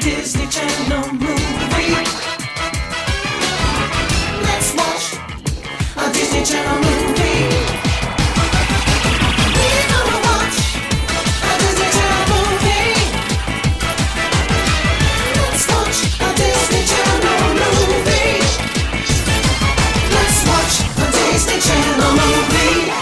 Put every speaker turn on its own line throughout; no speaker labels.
Disney Channel movie. Let's watch a Disney Channel movie. We're gonna watch a Disney Channel movie. Let's watch a Disney Channel movie. Let's watch a Disney Channel movie.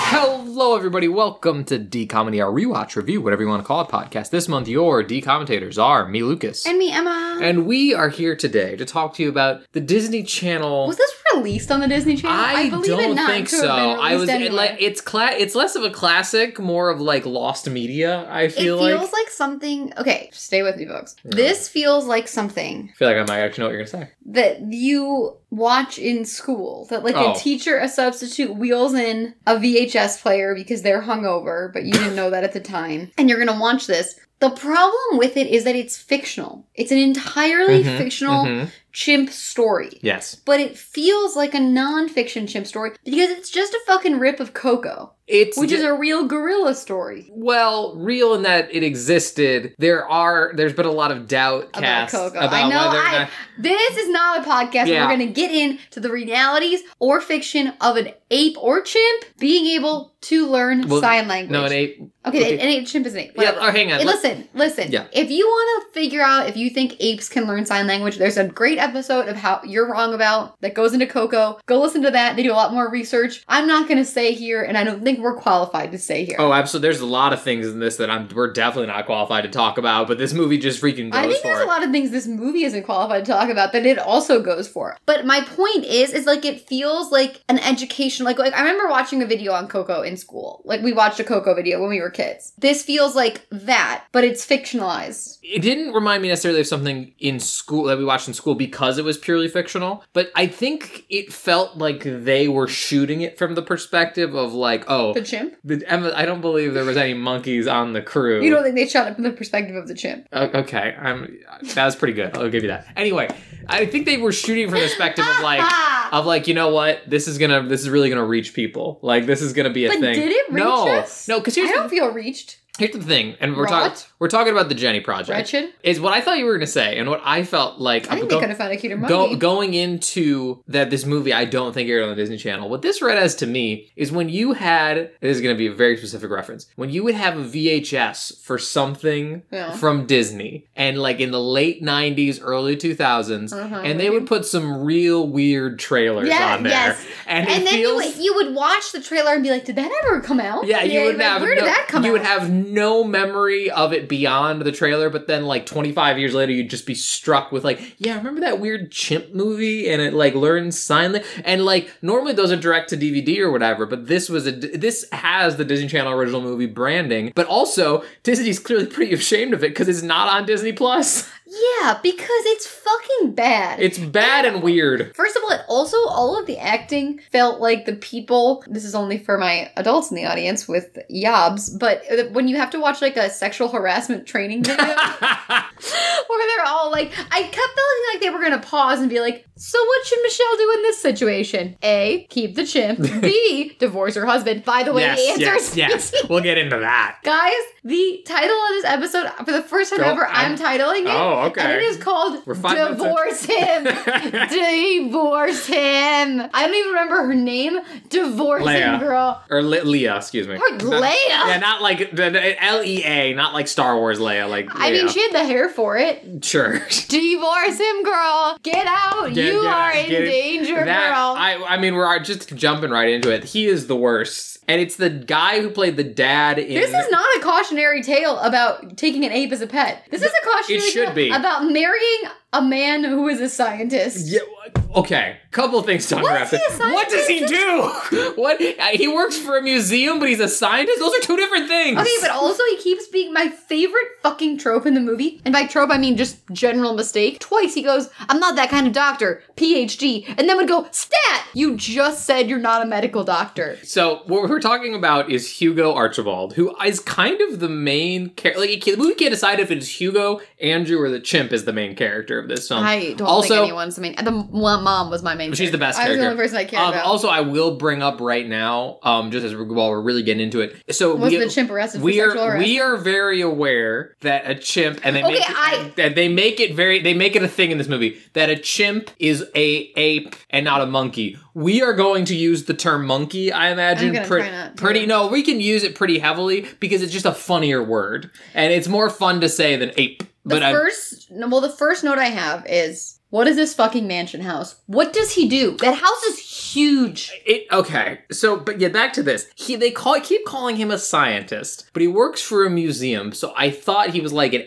Hello, everybody. Welcome to D Comedy, our rewatch review, whatever you want to call it, podcast. This month, your D commentators are me, Lucas,
And me, Emma.
and we are here today to talk to you about the Disney Channel.
was this released on the Disney Channel?
I,
believe
don't
it not
think
to
so.
Have been
I was
released
it, like,
anywhere.
it's cla- It's less of a classic, more of like lost media. I
It
feel like.
feels like something. Okay, stay with me, folks. This feels like something
I feel like I might actually know what you're gonna say.
that you watch in school. That like
Oh.
a teacher, a substitute, wheels in a VHS player because they're hungover, but you didn't know that at the time, and you're gonna watch this. The problem with it is that it's fictional. It's an entirely
Mhm,
fictional
mhm.
chimp story.
Yes,
But it feels like a non-fiction chimp story because it's just a fucking rip of Coco.
it's
which
ju-
is a real gorilla story
well real in that it existed. There are there's been a lot of doubt
about
cast
Coco.
about
I know.
whether or
I,
not-
This is not a podcast. where
Yeah.
We're going to get into the realities or fiction of an ape or chimp being able to learn
Well,
sign language.
no, it ain't.
okay,
okay.
an ape chimp is an ape.
Yeah,
Whatever.
oh, hang on.
Hey,
let-
listen, listen.
Yeah.
If you want to figure out if you think apes can learn sign language, there's a great episode of How You're Wrong About that goes into Coco. Go listen to that. They do a lot more research. I'm not going to say here, and I don't think we're qualified to say here.
Oh, absolutely. There's a lot of things in this that I'm we're definitely not qualified to talk about, but this movie just freaking goes
I think
for
there's
it.
a lot of things this movie isn't qualified to talk about that it also goes for. But my point is, is like it feels like an education. Like, like I remember watching a video on Coco in school. Like we watched a Coco video when we were kids. This feels like that, but it's fictionalized.
it didn't remind me necessarily of something in school that we watched in school because it was purely fictional, but I think it felt like they were shooting it from the perspective of like, oh,
The chimp.
the, Emma, I don't believe there was any monkeys on the crew.
You don't think they shot it from the perspective of the chimp?
O- okay, I'm, that was pretty good. I'll give you that. Anyway, I think they were shooting from the perspective of like,
Ah.
of like, you know what? This is gonna, this is really gonna reach people. Like, this is gonna be a
But
thing.
did it reach
no,
us?
no, because
I
here's the
don't feel reached.
Here's the thing, and we're
Rot?
talking we're talking about the Jenny project.
Wretched.
Is what I thought you were gonna say, and what I felt like
I think
go-
they could have found a cuter monkey.
go- going into that this movie I don't think aired on the Disney Channel. What this read as to me is when you had this is gonna be a very specific reference, when you would have a VHS for something
Yeah.
from Disney and like in the late nineties, early two
Uh-huh,
and they
maybe.
would put some real weird trailers
Yeah,
on there.
yes.
And,
and
it
then
feels
you would, you would watch the trailer and be like, "Did that ever come out?"
yeah, you would
like,
have.
Where
no,
did that come
You
out?
would have no memory of it beyond the trailer, but then like 25 years later, you'd just be struck with like, yeah, remember that weird chimp movie, and it like learns sign language, and like normally those are direct to DVD or whatever, but this was a this has the Disney Channel original movie branding, but also Disney's clearly pretty ashamed of it because it's not on Disney Plus.
Yeah, because it's fucking bad.
It's bad and weird.
First of all, it also all of the acting felt like the people. This is only for my adults in the audience with yobs, but uh, when you have to watch like a sexual harassment training video, where they're all like, I kept feeling like they were gonna pause and be like, "So what should Michelle do in this situation? A, keep the chimp. B, divorce her husband." By the way, the
yes,
answer
yes,
is
yes. We'll get into that.
Guys, the title of this episode, for the first time
Don't-
ever, I'm,
I'm-
titling it.
Oh, okay.
And it is called
We're five minutes in.
Divorce Him. Divorce Him. I don't even remember her name. Divorce
Leia.
Him Girl.
Or Le- Leah, excuse me.
Or Leia.
Yeah, not like L E A, not like Star Wars Leia. Like
I mean,
Leia.
she had the hair for it.
sure.
Divorce him, girl. Get out.
Get-
you
get-
are in
get it.
danger,
That-
girl.
I, I mean, we're just jumping right into it. He is the worst, and it's the guy who played the dad in.
this is not a cautionary tale about taking an ape as a pet. This is a cautionary
should
tale
be.
about marrying a man who is a scientist.
Yeah, okay, couple things to unwrap.
is he
this.
a
What does he do? what uh, he works for a museum, but he's a scientist. Those are two different things.
Okay, but also he keeps being my favorite fucking trope in the movie. And by trope, I mean just general mistake. Twice he goes, I'm not that kind of doctor, PhD, and then would go, Stat! You just said you're not a medical doctor.
So what we're talking about is Hugo Archibald, who is kind of the main character. Like, the movie can't decide if it's Hugo, Andrew, or the chimp is the main character of this film.
I don't
also,
think anyone's, I mean, the, well, mom was my main.
She's the best
I was the
character.
only person I cared
Um,
about.
also, I will bring up right now, um, just as we're, while we're really getting into it. So
was
we,
the chimp arrested
we
for sexual
are
harassment?
we are very aware that a chimp and they
Okay,
make it,
I-
that they make it very they make it a thing in this movie that a chimp is a ape and not a monkey. We are going to use the term monkey, I imagine.
gonna
pre-
try not to.
pretty no, we can use it pretty heavily because it's just a funnier word and it's more fun to say than ape.
The
But I
first, no, well, the first note I have is, what is this fucking mansion house? What does he do? That house is huge.
It okay. So, but yeah, back to this. He they call keep calling him a scientist, but he works for a museum. So I thought he was like an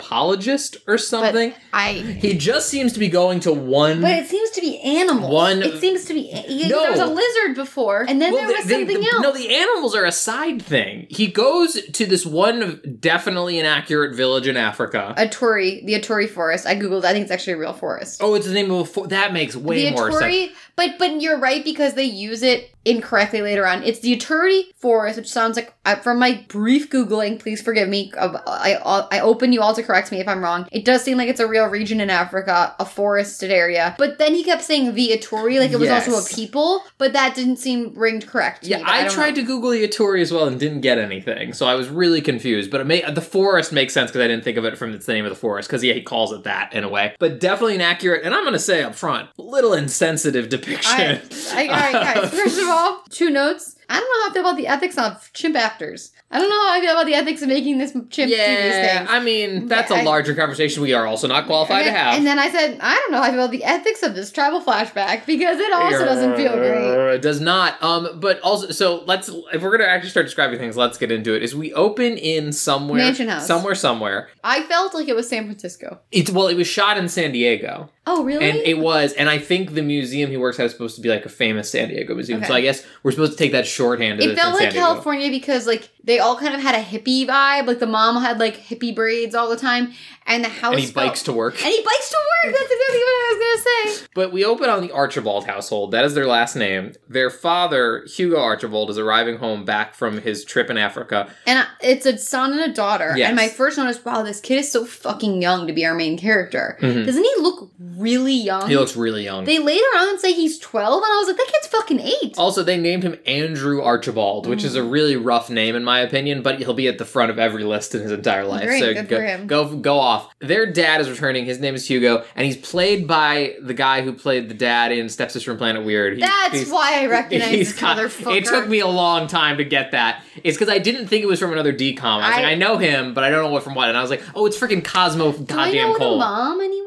anthropologist or
But
something.
I,
he just seems to be going to one.
but it seems to be animals.
One-
it seems to be. a-
No.
There was a lizard before, and then
Well,
there was
the- the-
something
the-
else.
No, the animals are a side thing. He goes to this one definitely inaccurate village in Africa.
Aturi, the Aturi forest. I googled. I think it's actually a real forest.
oh, it's the name of a fo- that makes way
the
more sense.
Aturi, but but you're right because they use it incorrectly later on. It's the Aturi forest, which sounds like uh, from my brief googling. Please forgive me. of- I I open you all to correct me if I'm wrong. It does seem like it's a real region in Africa, a forested area. But then he kept saying the Aturi, like it was
Yes.
also a people, but that didn't seem ringed correct. To
Yeah,
me, but
I,
don't
tried to
know.
Google Yatori as well and didn't get anything, so I was really confused. But it may, the forest makes sense because I didn't think of it from the name of the forest because yeah, he calls it that in a way. But definitely inaccurate, and I'm going to say up front, little insensitive
I,
depiction.
I, all right, guys. First of all, two notes. I don't know how I feel about the ethics of chimp actors. I don't know how I feel about the ethics of making this chimp do these
yeah,
things.
I mean that's
I-
a larger conversation we are also not qualified
and
to
then,
have.
and then I said, I don't know how I feel about the ethics of this travel flashback because it also doesn't feel great.
uh, It does not. Um, but also, so let's if we're gonna actually start describing things, let's get into it. Is we open in somewhere,
Mansion house.
somewhere, somewhere.
I felt like it was San Francisco.
It's well, it was shot in San Diego.
Oh, really?
And it was, and I think the museum he works at is supposed to be like a famous San Diego museum.
Okay.
So I guess we're supposed to take that shorthand.
It felt like California because like they all kind of had a hippie vibe. Like the mom had like hippie braids all the time, and the house.
and he bikes to work.
And he bikes to work. That's exactly what I was gonna say.
But we open on the Archibald household. That is their last name. Their father, Hugo Archibald, is arriving home back from his trip in Africa.
And I- it's a son and a daughter.
Yes.
And my first note is, wow, this kid is so fucking young to be our main character.
Mhm.
Doesn't he look really young?
He looks really young.
they later on say he's twelve, and I was like, that kid's fucking eight.
also, they named him Andrew Archibald, which is
Mm.
a really rough name in my opinion, but he'll be at the front of every list in his entire life.
Great,
so
good
go,
for him.
go go off. Their dad is returning. His name is Hugo, and he's played by the guy who played the dad in Stepsister from Planet Weird. He-
That's
he's-
why I recognize
He's
this
got-
motherfucker.
It took me a long time to get that. It's because I didn't think it was from another DCOM. I was
I-
like, I know him, but I don't know what from what. And I was like, oh, it's freaking Cosmo
Do I
Goddamn
know the
Cole.
mom anywhere?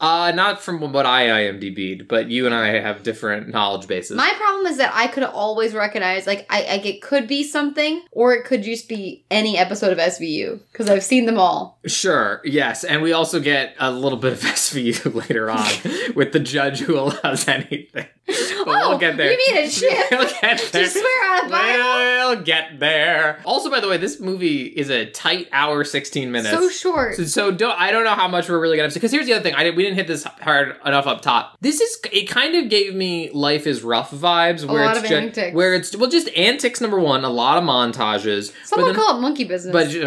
Uh, not from what I IMDb'd, but you and I have different knowledge bases.
My problem is that I could always recognize, like, I, I it could be something, or it could just be any episode of SVU because I've seen them all.
sure, yes, and we also get a little bit of SVU later on with the judge who allows anything. But
Oh,
we'll get there.
you mean a chip?
we'll get there.
Just swear on a Bible.
We'll get there. Also, by the way, this movie is a tight hour, sixteen minutes.
So short.
So, so don't, I don't know how much we're really gonna because here's the other thing I did, we didn't hit this hard enough up top. This is it kind of gave me life is rough vibes where
lot
it's
of
ju-
antics.
where it's well just antics number one a lot of montages but
Someone
then-
call it monkey business.
but ju-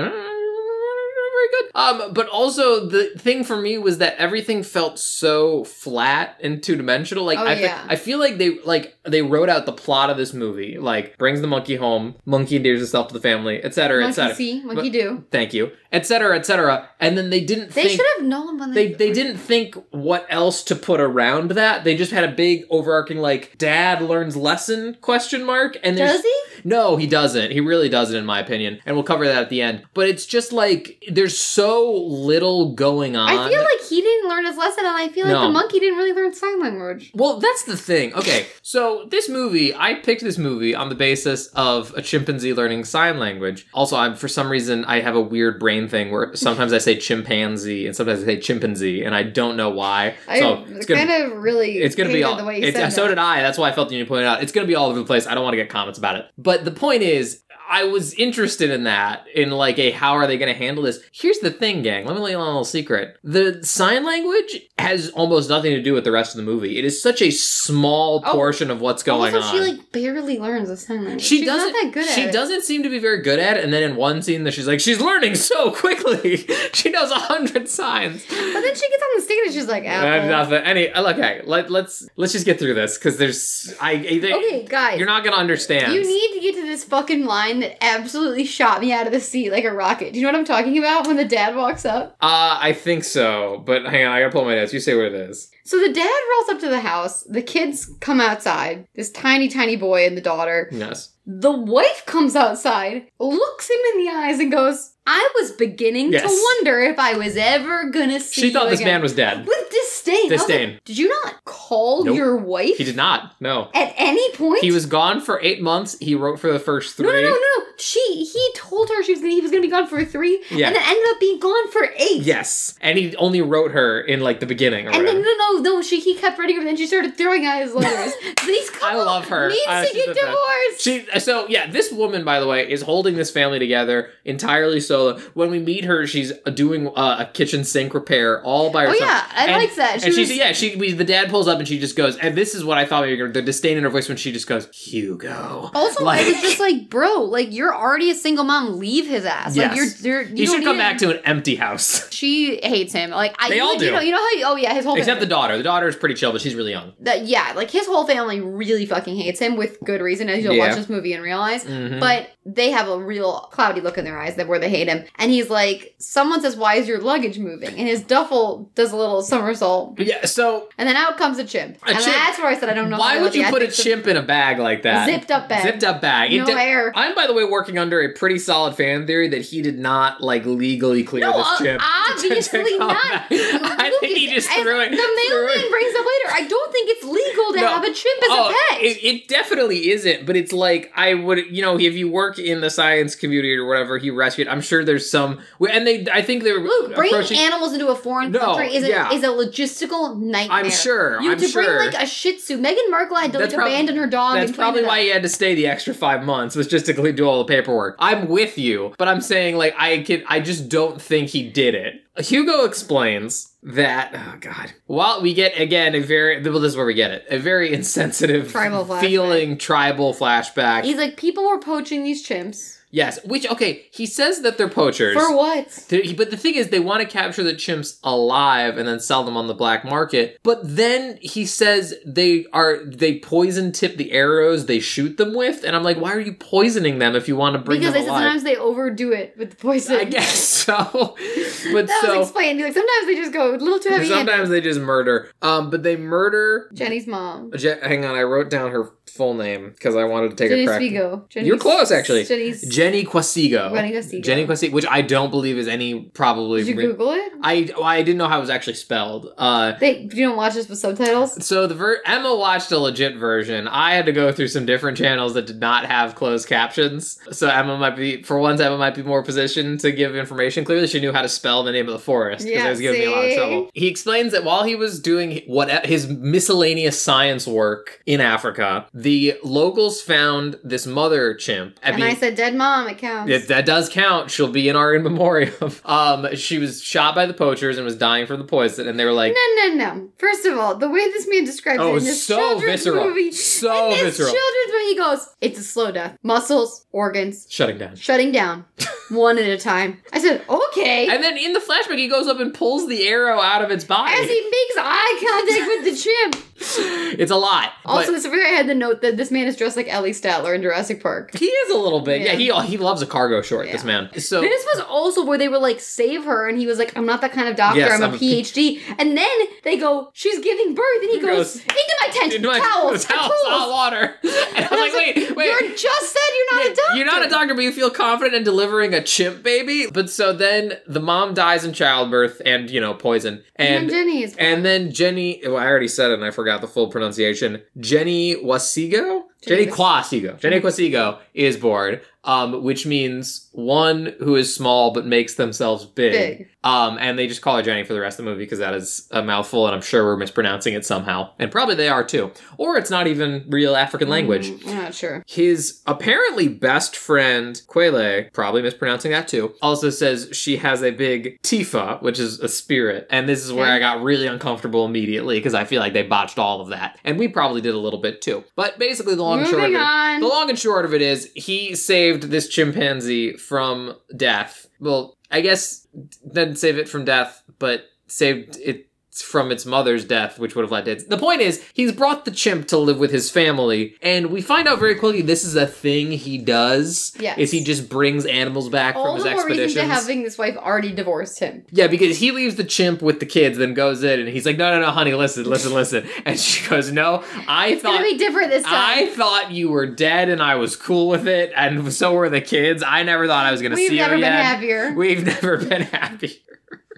very good um but also the thing for me was that everything felt so flat and two dimensional like
Oh,
I, fe-
yeah.
I feel like they like they wrote out the plot of this movie like brings the monkey home monkey endears himself to the family etc
monkey
etc
see, monkey do.
thank you, et cetera, et cetera. And then they didn't
They
think
should have known when
they they didn't think what else to put around that. They just had a big overarching like dad learns lesson question mark and there's
does he?
no, he doesn't. He really doesn't, in my opinion. And we'll cover that at the end. But it's just like there's so little going on.
I feel like he didn't learn his lesson, and I feel like
No.
the monkey didn't really learn sign language.
Well, that's the thing. Okay, so this movie, I picked this movie on the basis of a chimpanzee learning sign language. Also, I'm for some reason I have a weird brain thing where sometimes I say chimpanzee and sometimes I say chimpanzee, and I don't know why. So
I
it's gonna.
kind of really
it's gonna be
hated
all.
the way you
it's-
said
so
that.
did I. That's why I felt the need to point it out. It's gonna be all over the place. I don't want to get comments about it. But the point is, I was interested in that, in like a how are they going to handle this. Here's the thing, gang. Let me lay on a little secret. The sign language has almost nothing to do with the rest of the movie. It is such a small
Oh.
portion of what's going
also,
on.
she like barely learns a sign language.
She
She's
doesn't.
not that good at
she
it.
doesn't seem to be very good at it. And then in one scene, that she's like, she's learning so quickly. she knows a hundred signs.
But then she gets on the stage and she's like,
Uh,
Apple.
nothing. Any. Okay. Let, let's let's just get through this because there's. I. I think-
Okay, guys.
You're not gonna understand.
You need to get to this fucking line that absolutely shot me out of the seat like a rocket. Do you know what I'm talking about when the dad walks up?
Uh, I think so, but hang on, I gotta pull my notes. You say what it is.
So the dad rolls up to the house. The kids come outside. This tiny, tiny boy and the daughter.
Yes.
The wife comes outside, looks him in the eyes, and goes, I was beginning
Yes.
to wonder if I was ever gonna see
She thought
you
this
again.
man was dead.
With disdain. I was like,
Disdain.
Did you not call
Nope.
your wife?
He did not. No.
At any point?
He was gone for eight months. He wrote for the first three.
No, no, no, no, no. She he told her she was gonna, he was going to be gone for three,
Yeah.
and then ended up being gone for eight.
Yes, and he only wrote her in like the beginning. Or
And
whatever.
then no, no, no. She he kept writing her, and then she started throwing out his letters. These
I
couple
love her.
needs
Uh,
to
she's
get
the best.
divorced.
She so yeah, this woman by the way is holding this family together entirely solo. When we meet her, she's doing uh, a kitchen sink repair all by herself.
Oh, yeah, I
And-
liked that. She
and
was-
she's yeah, she we, the dad pulls up and she just goes, and this is what I thought we were gonna. The disdain in her voice when she just goes, Hugo.
also, I was just like, bro, like you're already a single mom. Leave his ass. Like
Yes.
you're, you're you
you
don't
should come
need
back
him.
to an empty house.
She hates him. Like I,
They
you,
all
You
do.
know, you know how? You, oh yeah, his whole
Except the
family.
daughter. The daughter is pretty chill, but she's really young.
that yeah, like his whole family really fucking hates him with good reason, as you'll
Yeah.
watch this movie and realize.
Mhm.
But they have a real cloudy look in their eyes that where they hate him. And he's like, someone says, Why is your luggage moving? And his duffel does a little somersault.
yeah, so
And then out comes a chimp.
A
and
chimp.
that's where I said I don't know. how
why
I
would
love
you
I
put a
think the-
chimp in a bag like that?
Zipped up bag.
Zipped up bag. It
No
did-
air.
I'm, by the way, working under a pretty solid fan theory that he did not like legally clear
No,
this
uh,
chip.
obviously not.
I think he
Lucas,
just
as
threw
The
it. threw
mailman
it.
brings up later. I don't think it's legal to
No.
have a chimp as
Oh,
a pet.
It, it definitely isn't, but it's like I would, you know, if you work in the science community or whatever, he rescued. I'm sure there's some, and they, I think they're
Luke, bringing
approaching.
animals into a foreign
No,
country is a,
yeah.
is a logistical nightmare.
I'm sure.
You
I'm
to
sure.
bring like a Shih Tzu. Meghan Markle had to like
That's prob-
abandon her dog.
That's
and clean
probably
it up.
why he had to stay the extra five months was just to cle- do all the paperwork. I'm with you, but I'm saying like I can I just don't think he did it. Hugo explains that oh god. While we get again a very well, this is where we get it. A very insensitive
Tribal flashback.
feeling tribal flashback.
He's like, people were poaching these chimps.
yes. Which okay, he says that they're poachers.
For what?
They- But the thing is, they want to capture the chimps alive and then sell them on the black market. But then he says they are they poison tip the arrows they shoot them with, and I'm like, why are you poisoning them if you want to bring
Because they
them
said
alive?
sometimes they overdo it with the poison.
I guess so. but
that
so
was explained. He's like, sometimes they just go a little too heavy. handed
sometimes they just murder. Um, but they murder.
Jenny's mom.
Je- hang on, I wrote down her full name because I wanted to take
Jenny
a crack.
Spigo. Jenny
You're close, actually.
Jenny's.
Jenny Quasigo.
Jenny Quasigo.
Jenny Quasigo, which I don't believe is any probably.
Did you
re-
Google it?
I well, I didn't know how it was actually spelled. Uh,
They you don't watch this with subtitles.
so the ver- Emma watched a legit version. I had to go through some different channels that did not have closed captions. So Emma might be, for once, Emma might be more positioned to give information. Clearly, she knew how to spell the name of the forest because
Yeah,
it was giving me a lot of
see?
trouble. He explains that while he was doing what his miscellaneous science work in Africa, the locals found this mother chimp. I
and
mean-
I said, dead mom, it counts.
if that does count, she'll be in our in memoriam. Um, she was shot by the poachers and was dying from the poison, and they were like,
no, no, no. First of all, the way this man describes
Oh,
it in this
so
children's
visceral.
movie,
So
in this
visceral.
children's movie, he goes, "It's a slow death. Muscles, organs,
shutting down.
shutting down, one at a time." I said, "Okay."
And then in the flashback, he goes up and pulls the arrow out of its body.
As he makes eye contact with the chimp.
it's a lot.
Also,
Also,
this over here, I had the note that this man is dressed like Ellie Statler in Jurassic Park.
he is a little bit. Yeah,
Yeah.
he he loves a cargo short. This
Yeah.
man. So
This was also where they were like, save her, and he was like, I'm not that kind of doctor,
Yes,
I'm,
I'm
a
a
PhD. and then they go, She's giving birth, and he,
He
goes,
goes,
Into my tent,
into my
towels,
towels,
tools."
hot water. And I'm
And I
like,
was
wait, wait.
You're just said you're not a doctor.
You're not a doctor, but you feel confident in delivering a chimp baby. But so then the mom dies in childbirth and, you know, poison.
And,
And
then Jenny is
And then Jenny, well, I already said it and I forgot the full pronunciation. Jenny Wasigo? Jenny Quasigo. Jenny Quasigo is bored, um, which means one who is small but makes themselves big.
Big.
Um, and they just call her Jenny for the rest of the movie because that is a mouthful, and I'm sure we're mispronouncing it somehow. And probably they are too. Or it's not even real African language.
Mm, I'm not sure.
His apparently best friend, Quele, probably mispronouncing that too, also says she has a big Tifa, which is a spirit. And this is where
Okay.
I got really uncomfortable immediately because I feel like they botched all of that. And we probably did a little bit too. But basically, the long and short of
Moving
it,
on.
the long and short of it is he saved this chimpanzee from death. Well, I guess didn't save it from death, but saved it from its mother's death, which would have led to its. The point is, he's brought the chimp to live with his family, and we find out very quickly this is a thing he does.
Yes.
Is he just brings animals back
All
from his
the more
expeditions?
reason to having this wife already divorced him.
Yeah, because he leaves the chimp with the kids, then goes in, and he's like, "No, no, no, honey, listen, listen, listen," and she goes, "No, I
It's
thought
gonna be different this time.
I thought you were dead and I was cool with it, and so were the kids. I never thought I was going to see
We've
you
never been
again.
happier.
We've never been happy.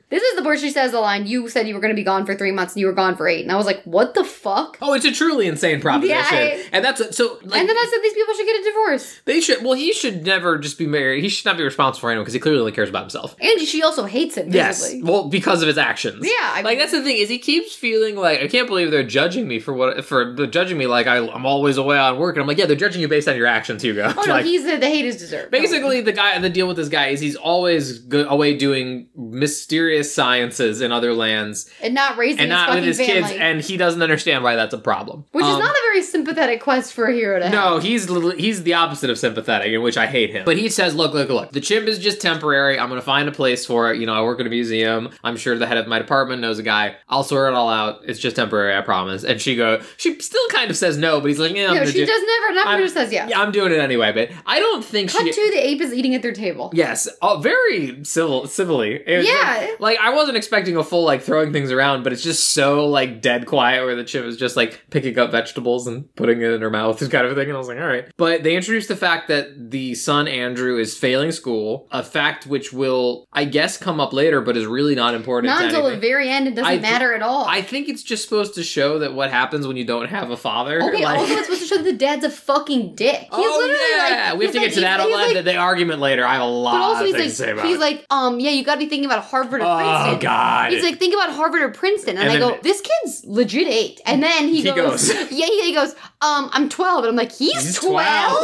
This is the part she says the line, you said you were gonna be gone for three months and you were gone for eight. And I was like, what the fuck?
Oh, it's a truly insane proposition.
Yeah, I-
and that's a, so like
and then I said these people should get a divorce.
they should well he should never just be married. He should not be responsible for anyone because he clearly only cares about himself.
And she also hates him,
Yes.
visibly.
Well, because of his actions.
Yeah, I mean-
like that's the thing is he keeps feeling like I can't believe they're judging me for what for they're judging me like I, I'm always away on work and I'm like yeah they're judging you based on your actions Hugo.
Oh no,
Like,
he's the, the hate is deserved.
Basically, the guy, the deal with this guy is he's always go- away doing mysterious sciences in other lands
and not raising
and
his
not with
fucking
his
family.
kids, and he doesn't understand why that's a problem.
which is
Um,
not a very sympathetic quest for a hero to have.
no, he's li- he's the opposite of sympathetic, in which I hate him. But he says, "Look, look, look. The chimp is just temporary. I'm gonna find a place for it. You know, I work at a museum. I'm sure the head of my department knows a guy. I'll sort it all out. It's just temporary. I promise." And she go, she still kind of says no, but he's like, "Yeah, I'm
No,
gonna
she
do-
does never. Never
I'm-
just says yes.
yeah, I'm doing it anyway." But I don't think
Cut
she.
to the ape is eating at their table.
Yes, oh, very civil, civilly. It was
Yeah.
like, like, I wasn't expecting a full like throwing things around, but it's just so like dead quiet where the chip is just like picking up vegetables and putting it in her mouth, kind of thing. And I was like, all right. But they introduced the fact that the son Andrew is failing school, a fact which will, I guess, come up later, but is really not important.
Not
to
until the
anything.
very end. It doesn't
I-
matter at all.
I think it's just supposed to show that what happens when you don't have a father.
okay.
like-
also, it's supposed to show that the dad's a fucking dick. He's
oh
literally
yeah,
like,
we have
he's
to get
like-
to that.
he's-
I'll
he's
add
like-
the, the argument later. I have a lot
But also,
of
he's
things to say
like,
about
he's
it.
like, um, yeah, you got to be thinking about Harvard or
oh
Princeton.
god.
He's like, think about Harvard or Princeton, and,
And
I
then-
go, this kid's legit eight. And then he,
He
goes,
goes.
yeah, he, he goes, um, I'm twelve, and I'm like, he's
He's
twelve.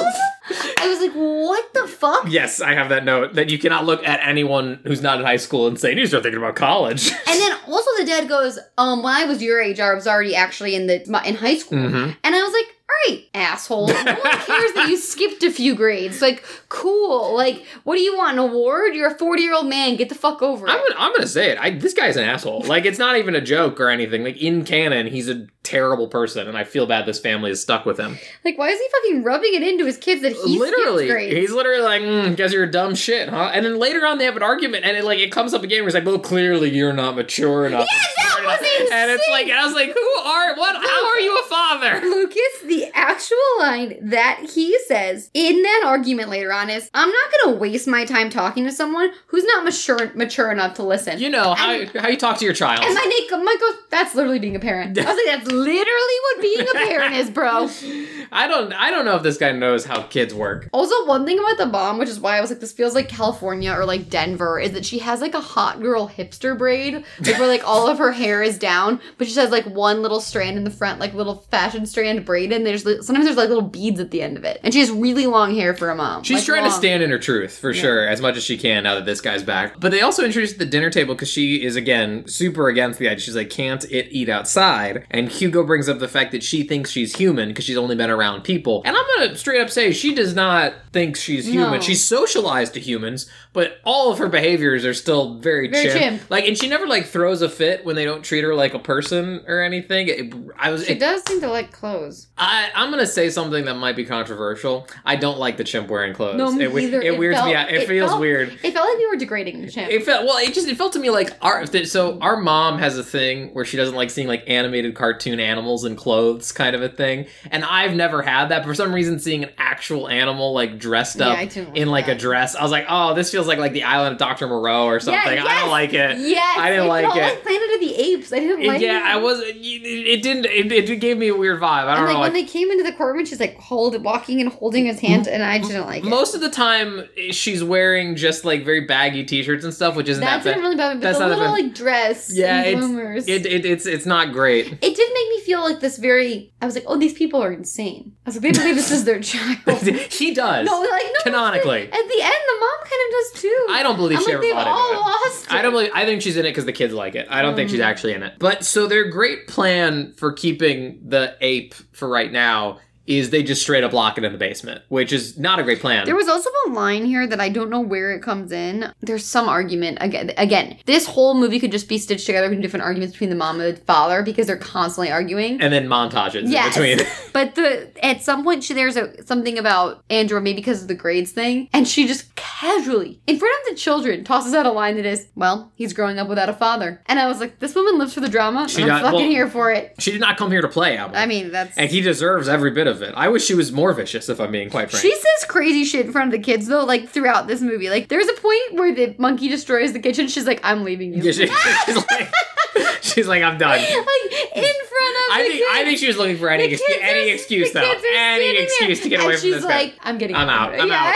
12?
I was like, what the fuck?
Yes, I have that note that you cannot look at anyone who's not in high school and say, "You start thinking about college."
And then also the dad goes, um, when I was your age, I was already actually in the my- in high school,
Mhm.
and I was like, all right, asshole, no one cares that you skipped a few grades. Like, cool. Like, what do you want? An award? You're a forty year old man. Get the fuck over it.
I'm gonna, I'm gonna say it. I, this guy's an asshole. Like it's not even a joke or anything. Like in canon, he's a terrible person, and I feel bad this family is stuck with him.
like, why is he fucking rubbing it into his kids that he
literally,
skipped grades?
he's literally like, mm, "Guess you're a dumb shit, huh?" And then later on, they have an argument, and it like it comes up again. Where he's like, "Well, clearly you're not mature enough."
Yes, that was insane.
and it's like, and I was like, "Who are what? How are you a father?"
Lucas, the actual line that he says in that argument later on is, "I'm not going to waste my time talking to someone who's not mature mature enough to listen."
You know how
And-
how you talk to your child.
and my Nick, Mike goes, "That's literally being a parent." I was like, "That's literally what being a parent is, bro."
I don't I don't know if this guy knows how kids work.
Also, one thing about the mom, which is why I was like, this feels like California or like Denver, is that she has like a hot girl hipster braid, like where like all of her hair is down, but she just has like one little strand in the front, like little fashion strand braid, and there's li- sometimes there's like little beads at the end of it, and she has really long hair for a mom.
She's
like,
trying to
long.
stand in her truth for sure, as much as she can now that this guy's back. But they also introduced the dinner table because she is again super against the idea. She's like, can't it eat outside? And Hugo brings up the fact that she thinks she's human because she's only been around people. And I'm gonna straight up say she does not think she's human.
No.
She's socialized to humans, but all of her behaviors are still very,
Very
chimp.
chimp.
Like, and she never like throws a fit when they don't treat her like a person or anything. It- I was
She does seem to like clothes.
I, I'm gonna say something that might be controversial. I don't like the chimp wearing clothes.
No, me
it, we-
either.
It, weirds
felt-
me out. It, feels
felt-
weird.
It felt like we were degrading the chimp.
It felt well. It just it felt to me like our th- so our mom has a thing where she doesn't like seeing like animated cartoon animals in clothes, kind of a thing. And I've never had that. But for some reason, seeing an actual animal like dressed
Yeah,
up
I didn't like
in like a
that.
dress, I was like, oh, this feels like like the Island of Doctor Moreau or something. I
yes,
don't like it.
Yes,
I didn't
it
like
felt
it.
Like Planet of the Apes. I didn't like
yeah,
it.
I wasn't. It, it didn't. It, it gave me a weird vibe. I
And
don't
like
know.
when
Like,
they came into the courtroom, she's like hold, walking and holding his hand, and I didn't like it.
most of the time, she's wearing just like very baggy t-shirts and stuff, which isn't that
That didn't
bad.
really bother me, but
that's
the
not that
little
bad.
like dress
Yeah,
and
it's-
bloomers.
It, it it's it's not great.
It did make me feel like this very. I was like, oh, these people are insane. I was like, they believe this is their child. no, like
he does.
no.
Canonically.
At the end, the mom kind of does too.
I don't believe
I'm
she
like,
ever
they've
bought
all
into it.
lost.
I
it.
don't believe. I think she's in it because the kids like it. I don't think she's
Mm.
actually in it. But so their great plan for keeping the ape for right now is they just straight up lock it in the basement, which is not a great plan.
There was also a line here that I don't know where it comes in. There's some argument again. Again, this whole movie could just be stitched together with different arguments between the mom and the father because they're constantly arguing.
and then montages
Yes.
in between.
But the at some point she, there's a, something about Andrew maybe because of the grades thing, and she just casually in front of the children tosses out a line that is, "Well, he's growing up without a father," and I was like, "This woman lives for the drama.
She
and I'm
got-
fucking
well-
here for it."
she did not come here to play, Apple.
I mean, that's
and he deserves every bit of it. I wish she was more vicious, if I'm being quite frank.
She says crazy shit in front of the kids though, like throughout this movie. Like there's a point where the monkey destroys the kitchen. She's like, "I'm leaving you."
Yeah, she- she's like, she's like, I'm done.
like in front of.
I
the
think I
kids.
think she was looking for any
Oh The
ex-
kids
any
are-
excuse
the
though,
kids are
any
sitting there,
excuse to get
and
away from this
she's
guy.
like, "I'm getting.
I'm out. I'm
yeah.
out.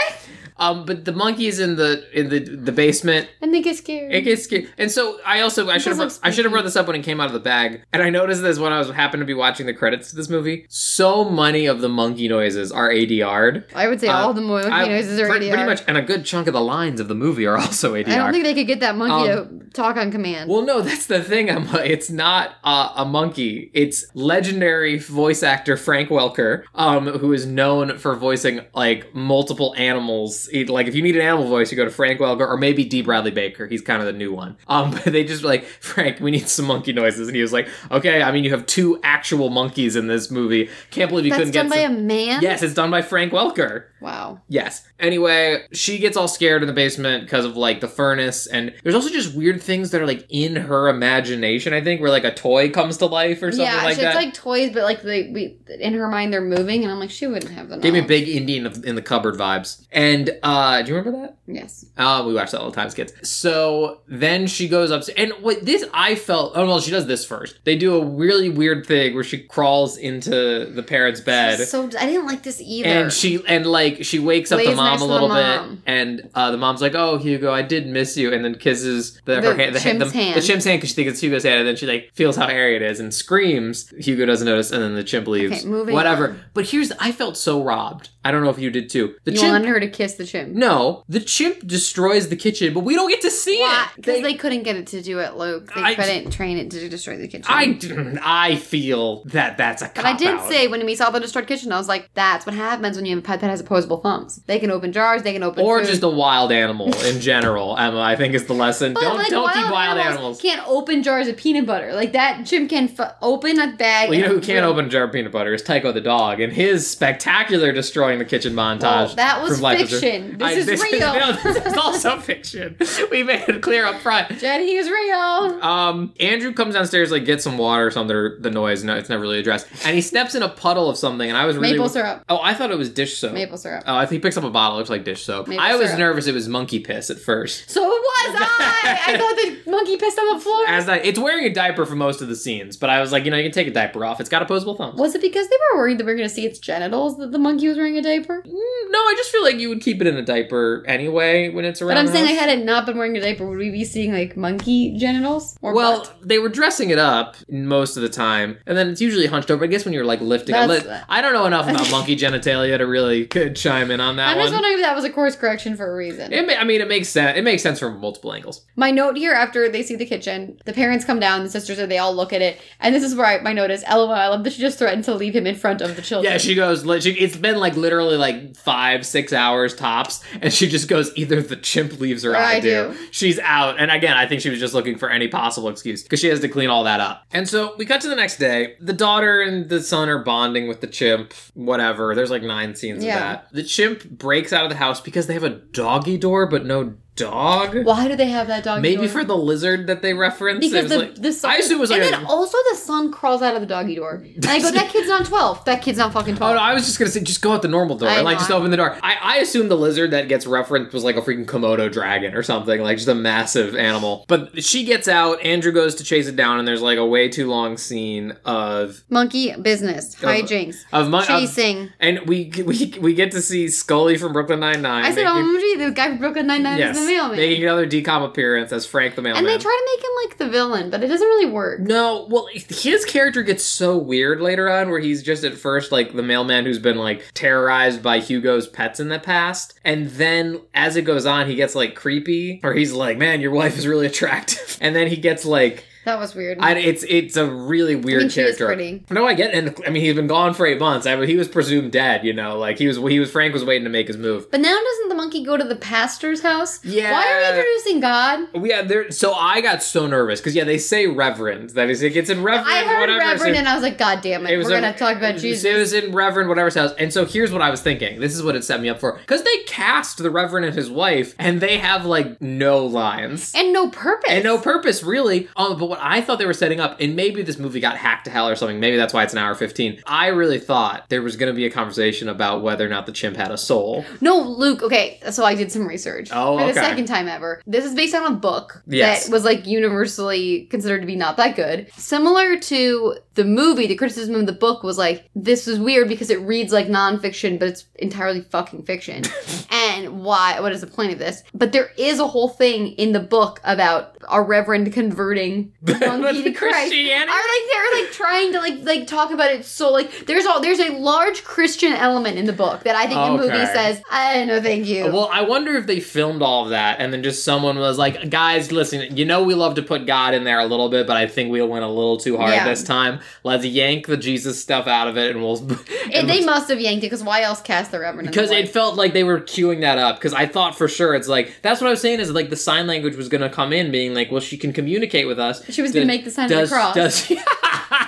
Um, but the monkey is in the in the the basement.
And they get scared.
It gets scary. And so I also I
It
should
does
have
look
I should have
spooky.
brought this up when it came out of the bag. And I noticed this when I was happened to be watching the credits to this movie. So many of the monkey noises are ADR'd.
I would say
Uh,
all the monkey
I-
noises are
pre-
ADR.
Pretty much, and a good chunk of the lines of the movie are also ADR.
I don't think they could get that monkey to talk on command.
Um, Well, no, that's the thing. Emma. It's not uh, a monkey. It's legendary voice actor Frank Welker, um, who is known for voicing like multiple animals. It- like if you need an animal voice, you go to Frank Welker or maybe D. Bradley Baker. He's kind of the new one. Um, but they just were like Frank, we need some monkey noises, and he was like, okay. I mean, you have two actual monkeys in this movie. Can't believe you
That's
couldn't
done
get.
by
some-
a man.
yes, it's done by Frank Welker.
Wow.
Yes. Anyway, she gets all scared in the basement because of like the furnace, and there's also just weird things that are like in her imagination. I think where like a toy comes to life or something
yeah,
like
it's
that.
like toys, but like they we in her mind they're moving, and I'm like, she wouldn't have the.
Gave me
knowledge.
big Indian of- in the cupboard vibes. And uh do you remember that?
Yes.
Uh, we watch that all the time as kids. So then she goes up, and what this I felt. Oh well, she does this first. They do a really weird thing where she crawls into the parents' bed.
So I didn't like this either.
and she and like she wakes up the
Lays
mom
next
a
to the
little bit
mom.
and uh, the mom's like oh hugo i did miss you and then kisses the, her
The
hand the, hand-
chim's
the,
hand.
the chim's hand because she thinks it's hugo's hand and then she like feels how hairy it is and screams hugo doesn't notice and then the chimp leaves
moving
whatever
on.
but here's i felt so robbed i don't know if you did too the
you
chimp
wanted her to kiss the chimp.
no the chimp destroys the kitchen but we don't get to see it
Because they, couldn't get it to do it, Luke. They
I-
couldn't train it to destroy the kitchen.
I, I feel that that's a
but I did
cop-out.
say when we saw the destroyed kitchen, I was like, "That's what happens when you have a pet that has opposable thumbs. They can open jars. They can open
or
food.
just a wild animal in general, Emma. I think is the lesson.
But,
don't
like,
don't keep wild animals.
Can't open jars of peanut butter like that. Jim can f- open a bag.
Well, you know
and-
who can't open a jar of peanut butter is Tycho the dog and his spectacular destroying the kitchen montage.
Well, that was
from Life is-
fiction. This is real.
no, this is also fiction. We made it clear up front.
Jenny is real.
Um, Andrew comes downstairs like get some water or something. Or the noise, no, it's never really addressed. And he steps in a puddle of something, and I was really
Maple syrup.
Oh, I thought it was dish soap.
Maple syrup.
Oh, I think he picks up a bottle. It looks like dish soap.
Maple
I was
syrup.
nervous. It was monkey piss at first.
So it was I. I thought the monkey pissed on the floor.
as that it's wearing a diaper for most of the scenes but i was like you know you can take a diaper off it's got opposable thumbs
was it because they were worried that we were going to see its genitals that the monkey was wearing a diaper?
Mm, no i just feel like you would keep it in a diaper anyway when it's around
But I'm
the
saying, like,
house.
had it not been wearing a diaper, would we be seeing like monkey genitals? Or
well
butt?
they were dressing it up most of the time and then it's usually hunched over i guess when you're like lifting a
That's-
lid i don't know enough about monkey genitalia to really could chime in on that
I'm
one
just wondering if that was a course correction for a reason.
it ma- i mean it makes sense it makes sense from multiple angles
my note here after they see the kitchen, the parents come down, the sisters are they all look at it, and this is where I, my note is. LOL, I love that she just threatened to leave him in front of the children.
yeah she goes li- she, it's been like literally like five six hours tops and she just goes either the chimp leaves or
Or
I,
I
do.
do.
She's out. And again, I think she was just looking for any possible excuse because she has to clean all that up. And so we cut to the next day. The daughter and the son are bonding with the chimp, whatever. There's like nine scenes
Yeah.
of that. The chimp breaks out of the house because they have a doggy door but no dog.
Why do they have that dog?
Maybe
door?
for the lizard that they referenced. it
because
was
the,
like,
the sun.
I assume it was like.
and
a-
then also the sun crawls out of the doggy door. And I go, that kid's not twelve. That kid's not fucking
Oh
twelve.
no! I was just gonna say, just go out the normal door
I
and like
know,
just
I-
open the door. I, I assume the lizard that gets referenced was like a freaking Komodo dragon or something, like just a massive animal. But she gets out. Andrew goes to chase it down, and there's like a way too long scene of
Monkey business, hijinks,
of my
chasing.
and we we we get to see Scully from Brooklyn Nine Nine.
I said, "Oh, OMG, the guy from Brooklyn Nine Nine
yes,
is the mailman."
making another decom appearance as Frank the mailman.
and they try to make him like the villain, but it doesn't really work.
No, well, his character gets so weird later on, where he's just at first like the mailman who's been like terrorized by Hugo's pets in the past, and then as it goes on, he gets like creepy, or he's like, "Man, your wife is really attractive," and then he gets like,
That was weird.
I, it's it's a really weird
mean, she is
character.
pretty.
No, I get, it. and I mean, he's been gone for eight months. I mean, he was presumed dead, you know, like he was he was Frank was waiting to make his move.
but now doesn't the monkey go to the pastor's house?
Yeah.
Why are we introducing God?
Well, Yeah, there. So I got so nervous because yeah, they say Reverend. That is, it gets in Reverend.
I heard
whatever, so-
Reverend and I was like, God damn it, we're
a-
gonna talk about Jesus.
It was in Reverend whatever's house. And so here's what I was thinking. This is what it set me up for. Because they cast the Reverend and his wife, and they have like no lines.
and no purpose.
And no purpose, really. Um, but what I thought they were setting up, and maybe this movie got hacked to hell or something. Maybe that's why it's an hour fifteen. I really thought there was going to be a conversation about whether or not the chimp had a soul.
No, Luke. Okay, so I did some research
Oh,
for the
okay.
second time ever. This is based on a book
Yes.
that was like universally considered to be not that good. Similar to the movie, the criticism of the book was like, "This is weird because it reads like nonfiction, but it's entirely fucking fiction." and why? What is the point of this? But there is a whole thing in the book about a reverend converting the monkey to Christ.
Christianity.
Are like they're like trying to like like talk about it so like there's all there's a large Christian element in the book that I think the
Okay.
movie says I no thank you.
Uh, Well, I wonder if they filmed all of that and then just someone was like, guys, listen, you know we love to put God in there a little bit, but I think we went a little too hard
Yeah.
this time. Let's yank the Jesus stuff out of it and we'll.
It-
and
they
we'll-
must have yanked it because why else cast the reverend? in the
because it
light?
felt like they were queuing that up. Because I thought for sure it's like that's what I was saying is like the sign language was gonna come in, being like, well, she can communicate with us.
She was
Does-
gonna make the sign of the
does,
cross.
Does she,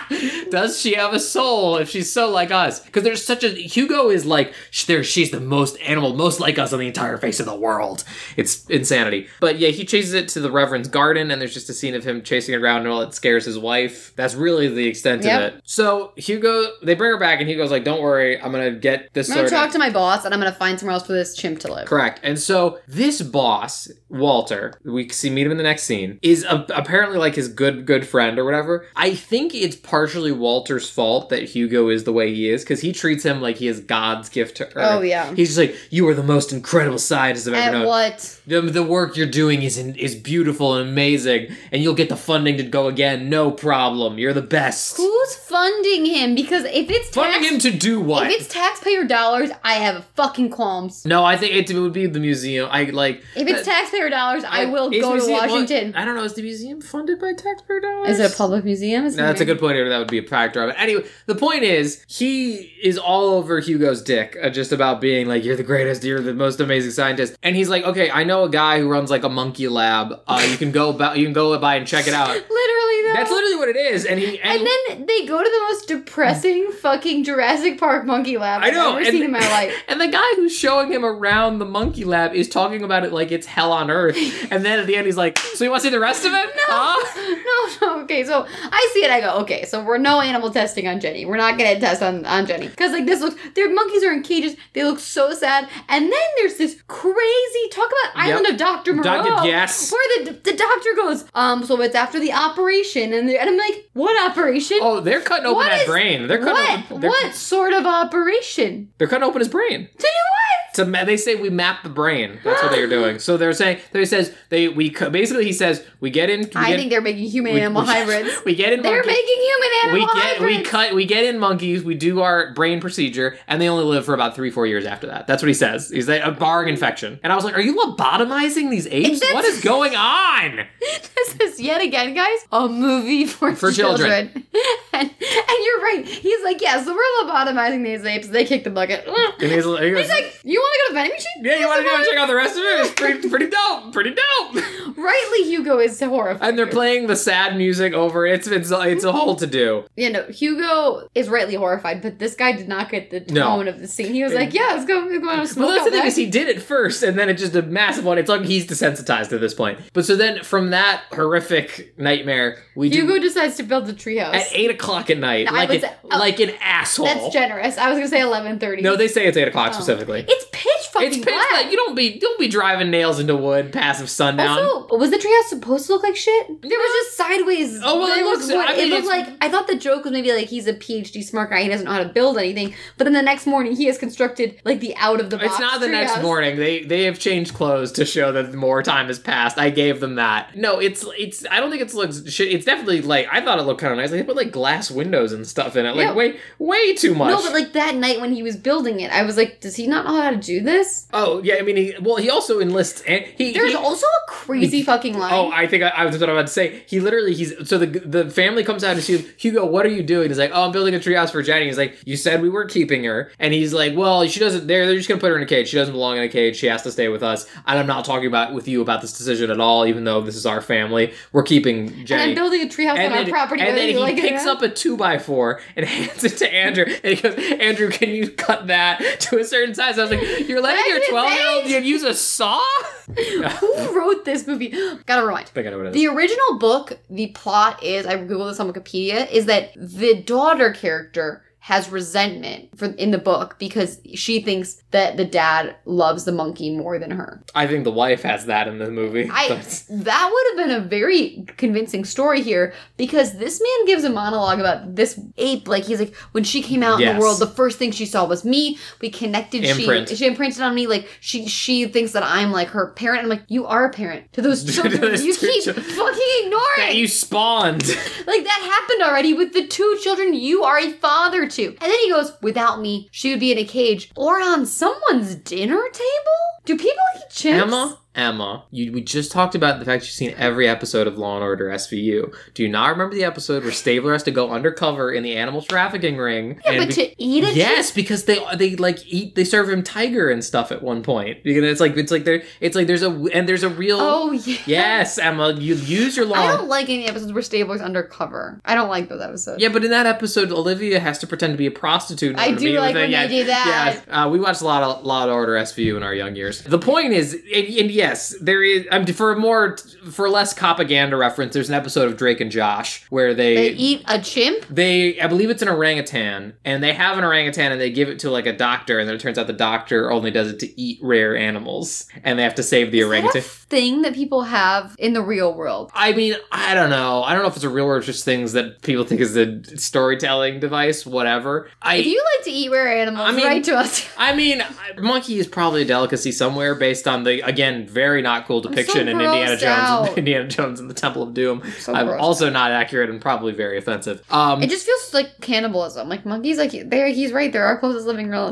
does she have a soul if she's so like us? Because there's such a Hugo is like sh- there. She's the most animal, most like us on the entire face of the world. It's insanity. But yeah, he chases it to the Reverend's garden, and there's just a scene of him chasing it around while it scares his wife. That's really the extent
Yep.
of it. So Hugo, they bring her back, and Hugo's like, "Don't worry, I'm gonna get this."
I'm gonna
sorted."
talk to my boss and I'm gonna find somewhere else for this chimp to live.
Correct. And so this boss, Walter, we see meet him in the next scene, is a- apparently like his good good friend or whatever. I think it's partially Walter's fault that Hugo is the way he is because he treats him like he is God's gift to Earth.
Oh, yeah.
He's just like, you are the most incredible scientist I've ever
At
known.
what?
The, the work you're doing is in, is beautiful and amazing, and you'll get the funding to go again, no problem. You're the best.
Who's funding him? Because if it's
Funding
tax-
him to do what?
if it's taxpayer dollars, I have fucking qualms.
no, I think it, would be the museum. I like
If it's taxpayer dollars, I will
Is
go to
museum- well,
Washington.
I don't know. Is the museum funded by taxpayer dollars?
Is it a public museum? Is it-
No, that's a good point. That would be a factor of it. Anyway, the point is, he is all over Hugo's dick, uh, just about being like, "You're the greatest. You're the most amazing scientist." And he's like, "Okay, I know a guy who runs like a monkey lab. Uh, you can go about. You can go by and check it out."
Literally though.
That's literally what it is. And he and,
And then they go to the most depressing fucking Jurassic Park monkey lab
I
I've
know.
ever
and-
seen in my life.
And the guy who's showing him around the monkey lab is talking about it like it's hell on earth. And then at the end, he's like, "So you want to see the rest of it?" No. Oh.
no, no, okay, so I see it, I go, okay, so we're no animal testing on Jenny. We're not gonna test on, on Jenny. Because like this looks their monkeys are in cages, they look so sad. And then there's this crazy talk about
Yep.
Island of Dr. Moreau.
Doctor- yes.
Where the, the doctor goes, um, so it's after the operation, and, they- and I'm like, what operation?
Oh, they're cutting open
What
that
is-
brain. They're cutting
what?
open. They're,
what sort of operation?
They're cutting open his brain.
To do what?
To ma- they say we map the brain. That's what they're doing. So they're saying they says they we cu- basically he says we get in. We
I
get,
think they're making human
we-
animal
we-
hybrids.
We get in.
They're
monkey-
making human
we
animal
get
hybrids.
we cut we get in monkeys. We do our brain procedure, and they only live for about three four years after that. That's what he says. He's like, barring infection. And I was like, are you lobotomizing these apes?
that's-
What is going on?
this is yet again, guys, a movie for,
For children.
children. and you're right. He's like, yes, so we're lobotomizing these apes. They kick the bucket.
And he's, he goes,
He's like, you want to go to vending machine?
yeah, you want to go and check out the rest of it? It's pretty, pretty dope. Pretty dope.
Rightly, Hugo is horrified.
And they're playing the sad music over. It's it's it's a whole to do.
You know, Hugo is rightly horrified, but this guy did not get the
No.
tone of the scene. He was like, yeah, let's go, let's go out and smoke.
Well, that's the
out
thing
back.
is he did it first, and then it just a massive one. It's like he's desensitized at this point. But so then from that horrific nightmare, we do
Hugo decides to build a treehouse.
at eight o'clock at night,
No, I
like
would
an,
say- oh,
like an asshole.
That's generous. I was gonna say eleven thirty.
no, they say it's eight o'clock
Oh.
specifically.
it's pitch fucking
It's pitch
black.
black. You don't be don't be driving nails into wood past of sundown.
Also, was the treehouse supposed to look like shit? There was just sideways.
Oh, well, it
there was
looks-
wood.
I mean,
it looked
it's-
like I thought the joke was maybe like he's a PhD smart guy. He doesn't know how to build anything. But then the next morning, he has constructed like the out of the box.
it's not the next
treehouse.
morning. They they have changed clothes to show that more time has passed. I gave them that. No, it's it's. I don't think it's looks. shit. It's definitely like I thought it looked kind of nice. They put like glass windows and stuff in it. Like
Yeah.
way way too much.
No, but like that night when he was building it, I was like, does he not know how to do this?
Oh yeah, I mean, he, well, he also enlists, and he.
There's
he-
also a crazy fucking line.
oh, I think I, I was what I was about to say. He literally, he's so the the family comes out and she's Hugo, what are you doing? He's like, oh, I'm building a treehouse for Jenny. He's like, you said we were keeping her, and he's like, well, she doesn't. They're they're just gonna put her in a cage. She doesn't belong in a cage. She has to stay with us. And I'm not talking about with you about this decision at all, even though this is our family. We're keeping
and
Jenny.
I'm building a treehouse on
And
our
then,
property.
and
whether
then
you
he
like it or
picks
not.
up a two by four and hands it to Andrew, and he goes, "Andrew, can you cut that to a certain size?" I was like, "You're letting
That's
your
his
twelve year old
age?
you use a saw?" I
Who wrote this movie? Gotta rewind.
think I know what it is.
The original book, the plot is I googled this on Wikipedia is that the daughter character has resentment for in the book because she thinks that the dad loves the monkey more than her.
I think the wife has that in the movie.
I
but-
that would have been a very convincing story here because this man gives a monologue about this ape. Like he's like, when she came out in
Yes.
the world, the first thing she saw was me. We connected.
Imprint.
She she imprinted on me. Like she she thinks that I'm like her parent. I'm like, you are a parent to those
To
children.
those
you
two
keep
chil-
fucking
that
ignoring.
you spawned.
Like that happened already with the two children you are a father to. And then he goes, without me, she would be in a cage or on someone's dinner table? Do people eat chimps?
Emma, Emma, you, we just talked about the fact you've seen every episode of Law and Order SVU. Do you not remember the episode where Stabler has to go undercover in the animal trafficking ring?
Yeah,
and
but
be-
to eat a
yes, because they they like eat they serve him tiger and stuff at one point. You know, it's like it's like there it's like there's a and there's a real
chimp? Oh, yeah.
yes Emma you use your
I
long
don't like any episodes where Stabler's undercover. I don't like those episodes.
yeah, but in that episode Olivia has to pretend to be a prostitute. in
I
order to
do
be
like
with
when
it.
they do that.
Yeah, uh, we watched a lot of Law and Order SVU in our young years. The point is, and, and yes, there is. I'm for more for less propaganda reference. There's an episode of Drake and Josh where
They eat a chimp?
they i believe it's an orangutan and they have an orangutan and they give it to like a doctor and then it turns out the doctor only does it to eat rare animals and they have to save the
Is that
orangutan
a thing that people have in the real world.
I mean, I don't know. I don't know if it's a real or just things that people think is a storytelling device, whatever. I
If you like to eat rare animals,
I mean-
write to us.
I mean, I- monkey is probably a delicacy somewhere based on the again very not cool depiction
so
in Indiana
grossed
Jones,
out.
Indiana Jones and the Temple of Doom.
So
I'm
grossed
also not accurate and probably very offensive. Um,
It just feels like cannibalism. Like monkeys, like there, he's right. They're our closest living relative.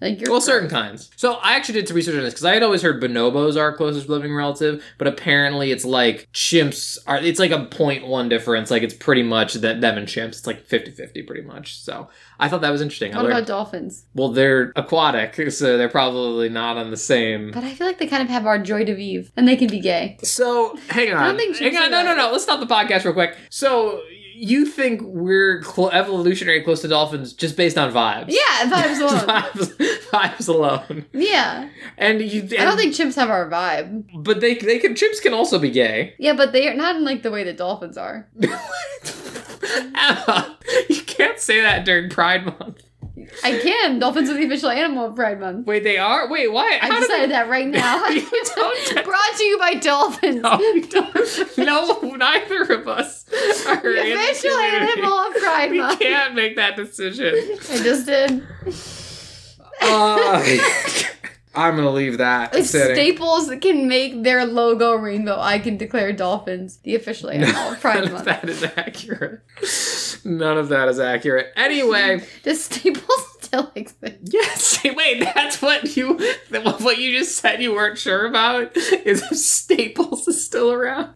Like you're
Well, certain kinds. So I actually did some research on this because I had always heard bonobos are our closest living relative, but apparently it's like chimps are. It's like a 0.1 difference. Like it's pretty much that them and chimps. It's like 50-50 pretty much. So I thought that was interesting. I
What
learned-
about dolphins?
well, they're aquatic, so they're probably not on the same.
But I feel like they kind of have our joy de vivre, and they can be gay.
So hang on,
I don't think
hang
chimps
on,
are
no, no,
that.
no. Let's stop the podcast real quick. So you think we're cl- evolutionary close to dolphins just based on vibes?
Yeah, vibes alone.
vibes, vibes alone.
yeah,
And you,
I don't think chimps have our vibe.
But they they can chimps can also be gay.
Yeah, but they are not in like the way that dolphins are.
Emma, you can't say that during Pride Month.
I can. Dolphins are the official animal of Pride Month.
Wait, they are. Wait, why?
I
How did
decided that right now.
You don't-
Brought to you by dolphins.
they- Oh, No, neither of us are in
The
the
official
community.
animal of Pride
We
Month.
can't make that decision.
I just did.
Uh, I'm gonna leave that
If
sitting.
Staples can make their logo rainbow, I can declare dolphins the official animal of Pride
None of
Month.
that is accurate. None of that is accurate. Anyway,
Does Staples still exists.
Yes. Wait, that's what you what you just said you weren't sure about is if Staples is still around.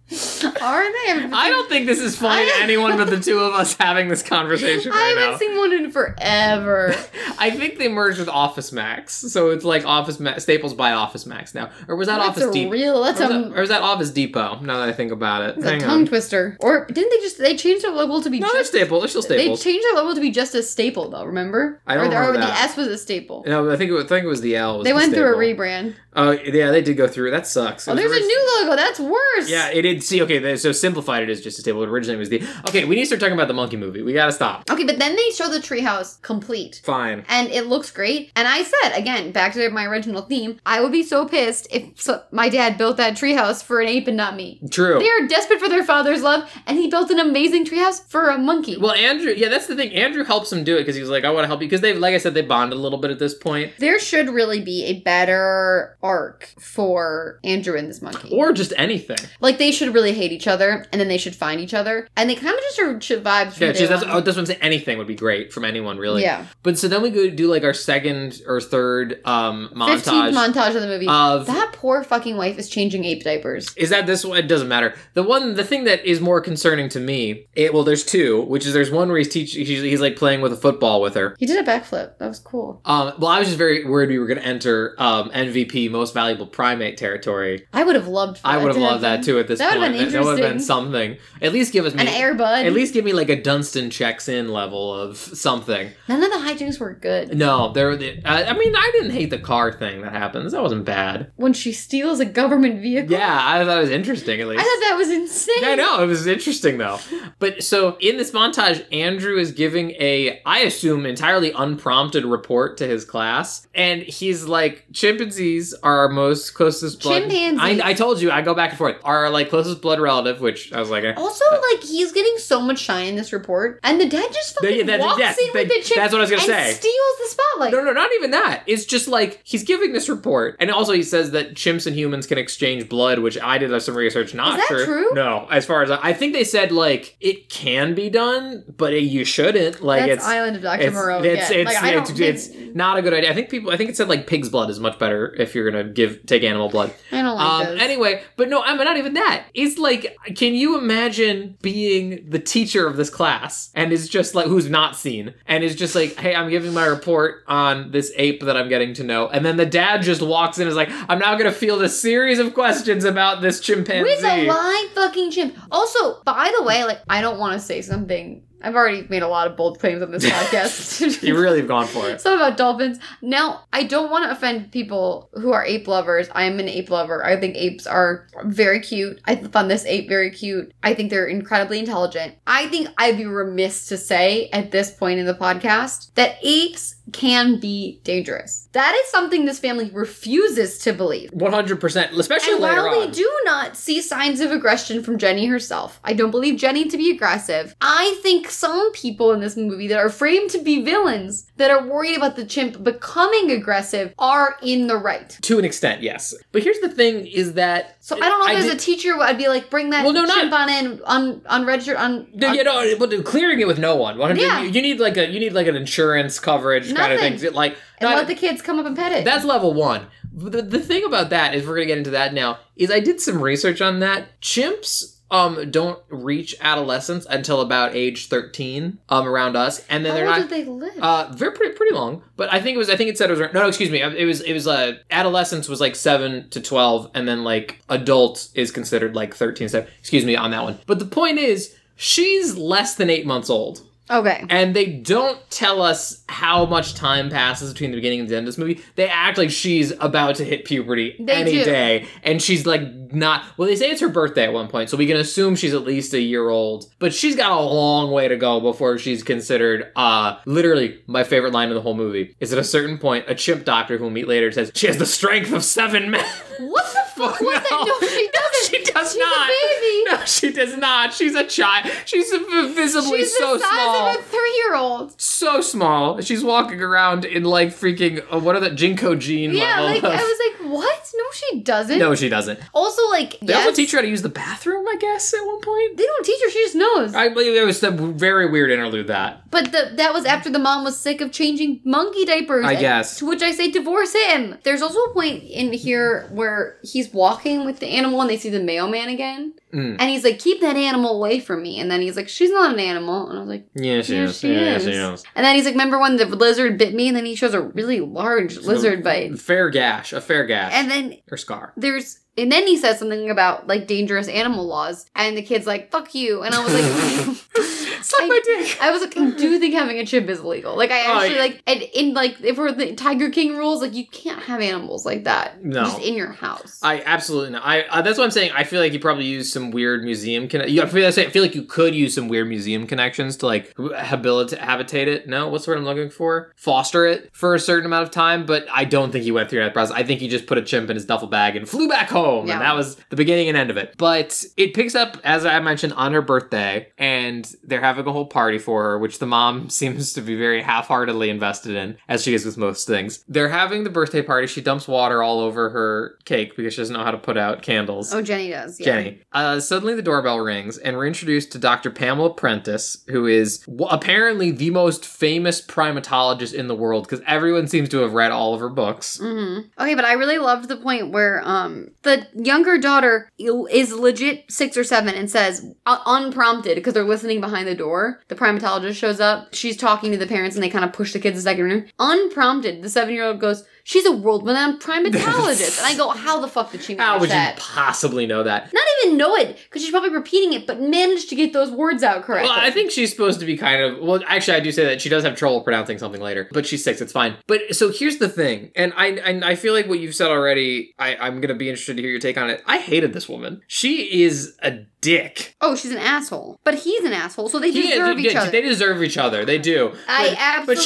Are they?
I don't think this is funny to
I-
anyone but the two of us having this conversation
I
right
haven't
now.
seen one in forever.
I think they merged with Office Max, so it's like Office Ma- Staples by Office Max now, or was that
that's
Office
a
Depot?
real. That's
or, was
a,
that, or was that Office Depot? Now that I think about it,
that's a
Hang
tongue
on.
twister. Or didn't they just they changed their logo to be
No, they're
just
Staples. They're still Staples.
They changed their logo to be just a staple though. Remember?
I don't
or, the-
remember
or
that.
the S was a staple.
no, I think it was, I think it was the L. Was
they
the
went through a
staple.
rebrand.
Oh yeah, they did go through. That sucks. It
Oh,
was
there's a
orig-
new logo. That's worse.
Yeah, it did. See, okay, they- so simplified it is just a table. It originally was the. Okay, we need to start talking about the monkey movie. We gotta stop.
Okay, but then they show the treehouse complete.
Fine.
And it looks great. And I said, again, back to my original theme, I would be so pissed if so- my dad built that treehouse for an ape and not me.
True.
They are desperate for their father's love, and he built an amazing treehouse for a monkey.
well, Andrew, yeah, that's the thing. Andrew helps him do it because he was like, "I want to help you," because they, like I said, they bond a little bit at this point,
there should really be a better arc for Andrew and this monkey.
or just anything.
like they should really hate each other, and then they should find each other, and they kind of just are should vibes. From
Yeah,
day
just, that's,
one.
oh, that's what I'm saying. Anything would be great from anyone, really.
yeah.
But so then we go do like our second or third um montage Uh,
Fifteenth montage of the movie.
of
that poor fucking wife is changing ape diapers.
Is that this one? It doesn't matter. The one, the thing that is more concerning to me, it, well, there's two, which is there's one where he's teaching, he's, he's like playing with a football with her.
He did a backflip. That was cool.
Um, well, I was just very worried we were going to enter um, MVP, most valuable primate territory.
I would have loved. for
I would have
to
loved that too at this
That
point.
would've been
That- that would have been
interesting.
something. At least give us
An
me-
airbud.
At least give me like a Dunstan checks in level of something.
None of the hijinks were good.
No, there. the- I I mean, I didn't hate the car thing that happens. That wasn't bad.
When she steals a government vehicle.
Yeah, I thought it was interesting. At
I
least
thought that was insane.
I know it was interesting though. But so in this montage, Andrew is giving a, I assume, entirely unprompted report to his class, and he's like, "Chimpanzees are our most closest blood."
Chimpanzees.
I, I told you, I go back and forth. Are like closest blood relative, which I was like. eh.
Also, like he's getting so much shine in this report, and the dad just
They-
fucking
that-
walks
yes,
in with
they-
the chip.
that's what I was gonna
and
say.
Steals the spotlight.
No, no, not even that. It's just like he's giving this report, and also he says that chimps and humans can exchange blood, which I did some research. Not
Is that true?
No, as far as I, I think they said, like it can be done, but it, you shouldn't. Like
that's
it's
Island of Doctor
it's,
Moreau.
It's,
yeah.
it's,
like, I don't
it's,
think-
it's not a good idea. I think people. I think it said like pig's blood is much better if you're gonna give take animal blood.
I don't like
um,
those.
anyway, but no, I'm not even that. It's like, can you imagine being the teacher of this class and is just like who's not seen and is just like, hey, I'm giving my report on this ape that I'm getting to know, and then the dad just walks in and is like, I'm now gonna field a series of questions about this chimpanzee.
With a live fucking chimp. Also, by the way, like I don't want to say something. I've already made a lot of bold claims on this podcast.
you really have gone for it.
Some about dolphins. Now, I don't want to offend people who are ape lovers. I am an ape lover. I think apes are very cute. I found this ape very cute. I think they're incredibly intelligent. I think I'd be remiss to say at this point in the podcast that apes can be dangerous. That is something this family refuses to believe.
100%, especially
And
later
while
on.
we do not see signs of aggression from Jenny herself, I don't believe Jenny to be aggressive. I think some people in this movie that are framed to be villains, that are worried about the chimp becoming aggressive, are in the right.
To an extent, yes. But here's the thing: is that
So I don't know if as
did-
a teacher I'd be like, bring that
Well, no,
chimp on in, on on registered on.
No,
on-
you know, but clearing it with no one. What I mean,
Yeah.
you, you need like a you need like an insurance coverage kind of
Nothing.
things. It, Like
and
not-
let the kids come up and pet it.
that's level one. The, the thing about that is we're gonna get into that now. Is I did some research on that. Chimps um don't reach adolescence until about age thirteen um around us, and then
How
they're
old
not.
do they live?
Uh, very pretty, pretty long, but I think it was. I think it said it was. No, no, excuse me. It was. It was. Uh, adolescence was like seven to twelve, and then like adult is considered like thirteen. So excuse me on that one. But the point is, she's less than eight months old,
okay.
and they don't tell us how much time passes between the beginning and the end of this movie. They act like she's about to hit puberty
They
any
do.
day, and she's like not. Well, they say it's her birthday at one point, so we can assume she's at least a year old. But she's got a long way to go before she's considered. Uh, literally, my favorite line in the whole movie is at a certain point, a chimp doctor who we'll meet later says she has the strength of seven men.
What the fuck was that? No, she doesn't.
She does
She's
not.
a baby.
No, she does not. She's a child. She's visibly
She's
so
the size
small
of a three-year-old.
so small. She's walking around in like freaking uh, what are the Jinko Jean
Yeah,
level
like
of-
I was like, what? No, she doesn't.
no, she doesn't.
Also, like,
They
yes,
also teach her how to use the bathroom, I guess, at one point.
They don't teach her; she just knows.
I believe it was a very weird interlude that
But the, that was after the mom was sick of changing monkey diapers.
I guess.
To which I say, divorce him. There's also a point in here where he's walking with the animal and they see the mailman again.
Mm.
And he's like, keep that animal away from me. And then he's like, she's not an animal. And I was like,
Yeah, she
Yeah,
is.
she
yeah,
is.
she is.
and then he's like, remember when the lizard bit me? And then he shows a really large lizard bite.
Fair gash. A fair gash.
And then
or scar.
there's and then he says something about like dangerous animal laws and the kid's like fuck you and i was like
Suck my dick.
I was like, I do think having a chimp is illegal. Like, I
Oh,
actually
yeah.
like, and in like, if we're the Tiger King rules, like, you can't have animals like that
No.
just in your house.
I absolutely not. I uh, that's what I'm saying. I feel like you probably use some weird museum. Con- you, I feel that's it. I feel like you could use some weird museum connections to like habilitate, habitate it. No, what's the word I'm looking for? Foster it for a certain amount of time. But I don't think he went through that process. I think he just put a chimp in his duffel bag and flew back home,
Yeah.
and that was the beginning and end of it. But it picks up as I mentioned on her birthday, and they're having a whole party for her, which the mom seems to be very half-heartedly invested in, as she is with most things. They're having the birthday party. She dumps water all over her cake because she doesn't know how to put out candles.
oh, Jenny does. Yeah.
Jenny. Uh, suddenly, the doorbell rings, and we're introduced to Dr. Pamela Prentice, who is w- apparently the most famous primatologist in the world because everyone seems to have read all of her books.
hmm Okay, but I really loved the point where um the younger daughter is legit six or seven and says uh, unprompted because they're listening behind the door. The primatologist shows up. She's talking to the parents and they kind of push the kids to the second room. Unprompted, the seven year old goes, "She's a world renowned primatologist," and I go, "How the fuck did she
How
manage
would
that?"
you possibly know that?
Not even know it because she's probably repeating it, but managed to get those words out correctly.
Well, I think she's supposed to be kind of. Well, actually, I do say that she does have trouble pronouncing something later, but she's six. It's fine. But so here's the thing, and I and I feel like what you've said already. I, I'm gonna be interested to hear your take on it. I hated this woman. She is a dick.
oh, she's an asshole, but he's an asshole, so they
He-
deserve
they-
each other.
They deserve each other. They do.
I
But she,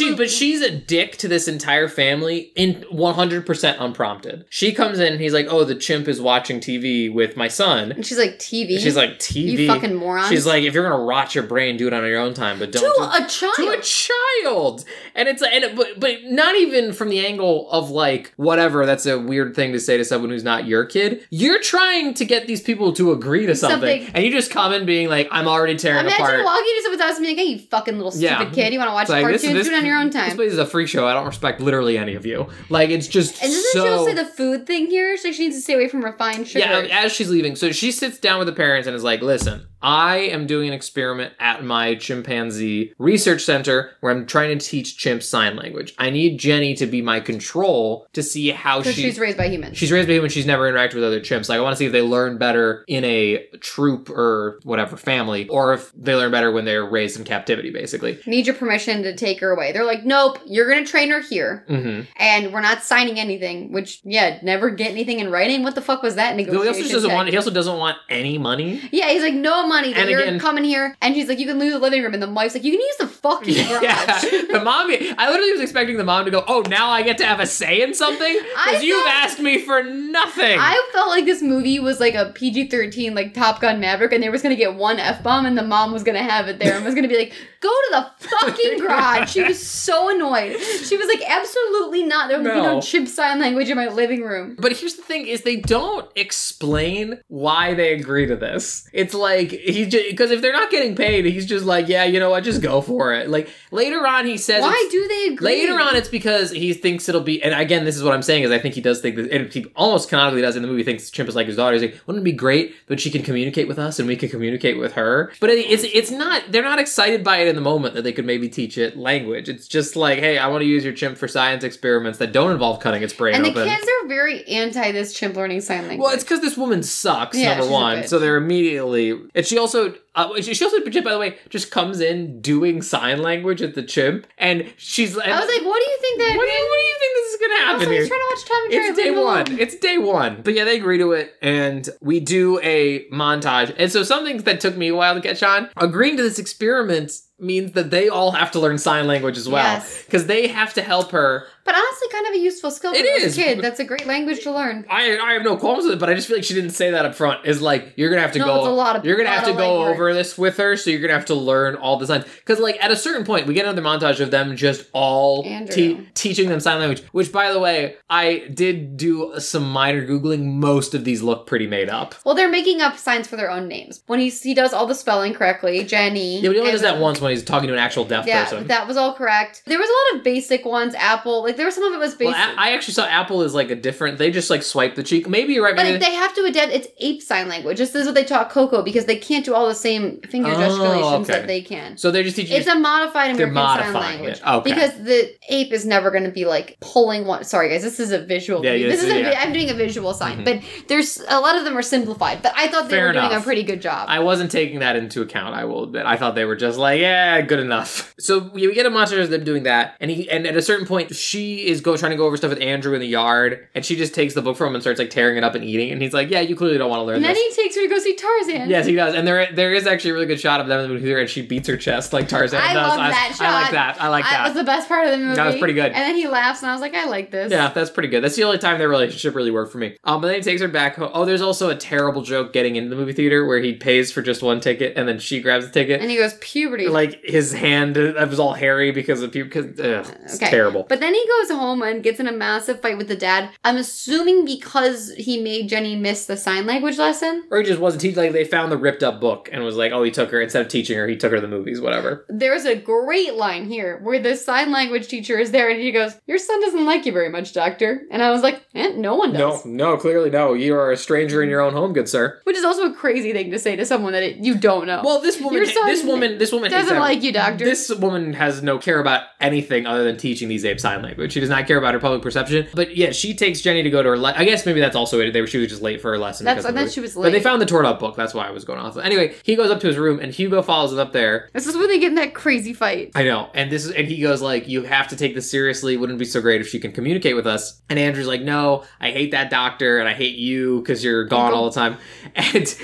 absolutely-
but she's a dick to this entire family in 100% unprompted. She comes in, and he's like, "Oh, the chimp is watching TV with my son."
and she's like TV.
She's like, "TV,
You fucking morons.
She's like, "If you're gonna rot your brain, do it on your own time, but don't."
to
do-
a child.
to a child and it's and it, but, but not even from the angle of like whatever that's a weird thing to say to someone who's not your kid you're trying to get these people to agree to something,
Something.
and you just come in being like i'm already tearing
Imagine
apart
walking into someone's house and being like, hey, you fucking little stupid
Yeah.
kid, you want to watch
It's like,
cartoons?
this- this-
Do it on your own
this
time.
place is a freak show. I don't respect literally any of you. Like it's just
And doesn't she
so.
also say the food thing here? So she needs to stay away from refined sugar.
yeah, as she's leaving, so she sits down with the parents and is like, "Listen, I am doing an experiment at my chimpanzee research center where I'm trying to teach chimps sign language. I need Jenny to be my control to see how
because
Oh, she
she's raised by humans.
She's raised by humans. She's never interacted with other chimps. Like I want to see if they learn better in a troop or whatever family, or if they learn better when they're raised in captivity, basically.
Need your permission to take her away. They're like, nope, you're going to train her here,
Mm-hmm.
and we're not signing anything, which, yeah, never get anything in writing. What the fuck was that
He
negotiation?
also just doesn't
tech?
want. He also doesn't want any money.
yeah, he's like, no money, but
And
you're
again-
coming here. And she's like, you can lose the living room. And the wife's like, you can use the fucking garage.
Yeah, the mom. I literally was expecting the mom to go. Oh, now I get to have a say in something
I
because you've
thought-
asked me for nothing.
I felt like this movie was like a PG thirteen, like Top Gun Maverick, and they was gonna get one f bomb, and the mom was gonna have it there, and was gonna be like, "Go to the fucking garage." She was so annoyed. She was like, "Absolutely not. There would be
No.
no chip sign language in my living room."
But here's the thing: is they don't explain why they agree to this. It's like he because if they're not getting paid, he's just like, yeah, you know what, just go for it. Like later on, he says,
Why
it's-
do they agree?
Later on, it's because he thinks it'll be, and again, this is what I'm saying is I think he does think, that, and he almost canonically does in the movie thinks Chimp is like his daughter. He's like, wouldn't it be great that she can communicate with us and we can communicate with her? But it, it's it's not they're not excited by it in the moment that they could maybe teach it language. It's just like, hey, I want to use your chimp for science experiments that don't involve cutting its brain
and the
open.
kids are very anti this chimp learning sign language.
Well, it's because this woman sucks.
Yeah,
number
she's a
one,
bitch.
so they're immediately and she also uh, she she also by the way just comes in doing sign language at the chimp, and she's like,
I was like, "What do you think that?"
what do you what do you think this is gonna
I was
happen
like,
here?
"He's trying to watch Tom and Jerry."
It's day
leave him alone."
one. It's day one. But yeah, they agree to it, and we do a montage. And so something that took me a while to catch on, agreeing to this experiment means that they all have to learn sign language as well.
Yes.
Because they have to help her
But honestly, kind of a useful skill for
It
a
is.
kid. That's a great language to learn.
I, I have no qualms with it, but I just feel like she didn't say that up front. Is like you're gonna have to
No,
go.
it's a lot of-
you're gonna
lot
have to
of
go
legwork.
over this with her, so you're gonna have to learn all the signs. Because like at a certain point, we get another montage of them just all
Andrew.
te- teaching them sign language. Which, by the way, I did do some minor googling. Most of these look pretty made up.
Well, they're making up signs for their own names. When he's, he does all the spelling correctly, Jenny.
Yeah, but he only does
and-
that once when he's talking to an actual deaf
Yeah,
person.
that was all correct. There was a lot of basic ones. Apple, like there was some of it was
well,
basic.
I, I actually saw Apple is like a different. They just like swipe the cheek. Maybe you're right.
but
Maybe
if they have to adapt. It's ape sign language. This is what they taught Coco because they can't do all the same finger
Oh,
gesticulations
okay.
that they can.
so they're just teaching.
It's a modified
They're
American Sign
modifying
Language.
it. Okay.
Because the ape is never going to be like pulling one. Sorry, guys, this is a visual.
Yeah,
Yeah,
yeah,
this is a,
yeah. Mm-hmm.
vi- I'm doing a visual sign, but there's a lot of them are simplified. But I thought they
Fair
were doing
enough.
a pretty good job.
I wasn't taking that into account. I will admit. I thought they were just like, yeah, good enough. So we we get a montage of them doing that, and he and at a certain point, she is go trying to go over stuff with Andrew in the yard, and she just takes the book from him and starts like tearing it up and eating. it. And he's like, yeah, you clearly don't want to learn
and then
this.
he takes her to go see Tarzan.
Yes, he does, and there there is actually a really good shot of them with her, and she beats her chest like Tarzan.
I
does.
love that
I like
shot.
that. I like
that
that.
was the best part of the movie.
was pretty good.
And then he laughs, and I was like, I like this.
Yeah, that's pretty good. That's the only time their relationship really worked for me. Um, but then he takes her back home. Oh, there's also a terrible joke getting into the movie theater where he pays for just one ticket and then she grabs the ticket.
And he goes puberty.
like his hand uh, was all hairy because of puke. Because ugh, it's
Uh, Okay.
terrible.
But then he goes home and gets in a massive fight with the dad. I'm assuming because he made Jenny miss the sign language lesson.
Or he just wasn't teaching. Like they found the ripped up book and was like, oh, he took her instead of teaching her, he took her to the movies, whatever.
There's a great line here where the sign language teacher is there and he goes, Your son doesn't like you very much, doctor. And I was like, eh, No one
No,
does.
no, clearly no. You are a stranger in your own home, good sir.
Which is also a crazy thing to say to someone that it, you don't know.
Well, this woman,
Your son
this woman, this woman hates
doesn't
everyone.
like you, doctor.
This woman has no care about anything other than teaching these apes sign language. She does not care about her public perception. But yeah, she takes Jenny to go to her. Le- I guess maybe that's also it. They were she was just late for her lesson.
That's-
because of
I
the
thought
movie.
she was
But they
late.
found the torn up book. That's why I was going off. Anyway, he goes up to his room and Hugo follows him up there.
this is when they get in that crazy fight.
I know. And this is and he goes like, You have to take this seriously. Wouldn't it be so great if she can communicate with us? And Andrew's like, No, I hate that doctor and I hate you because you're gone all the time. And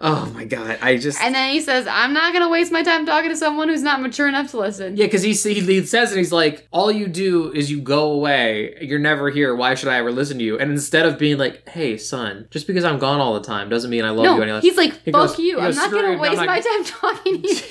oh my god, I just
And then he says, I'm not going to waste my time talking to someone who's not mature enough to listen.
yeah, because he, he he says and he's like, all you do is you go away. You're never here. Why should I ever listen to you? And instead of being like, hey, son, just because I'm gone all the time doesn't mean I love you any
No,
less.
he's like,
He
fuck
goes-
you.
he
I'm
goes,
not
"Screw
going
you,
to waste
I'm
my
not
time talking to you.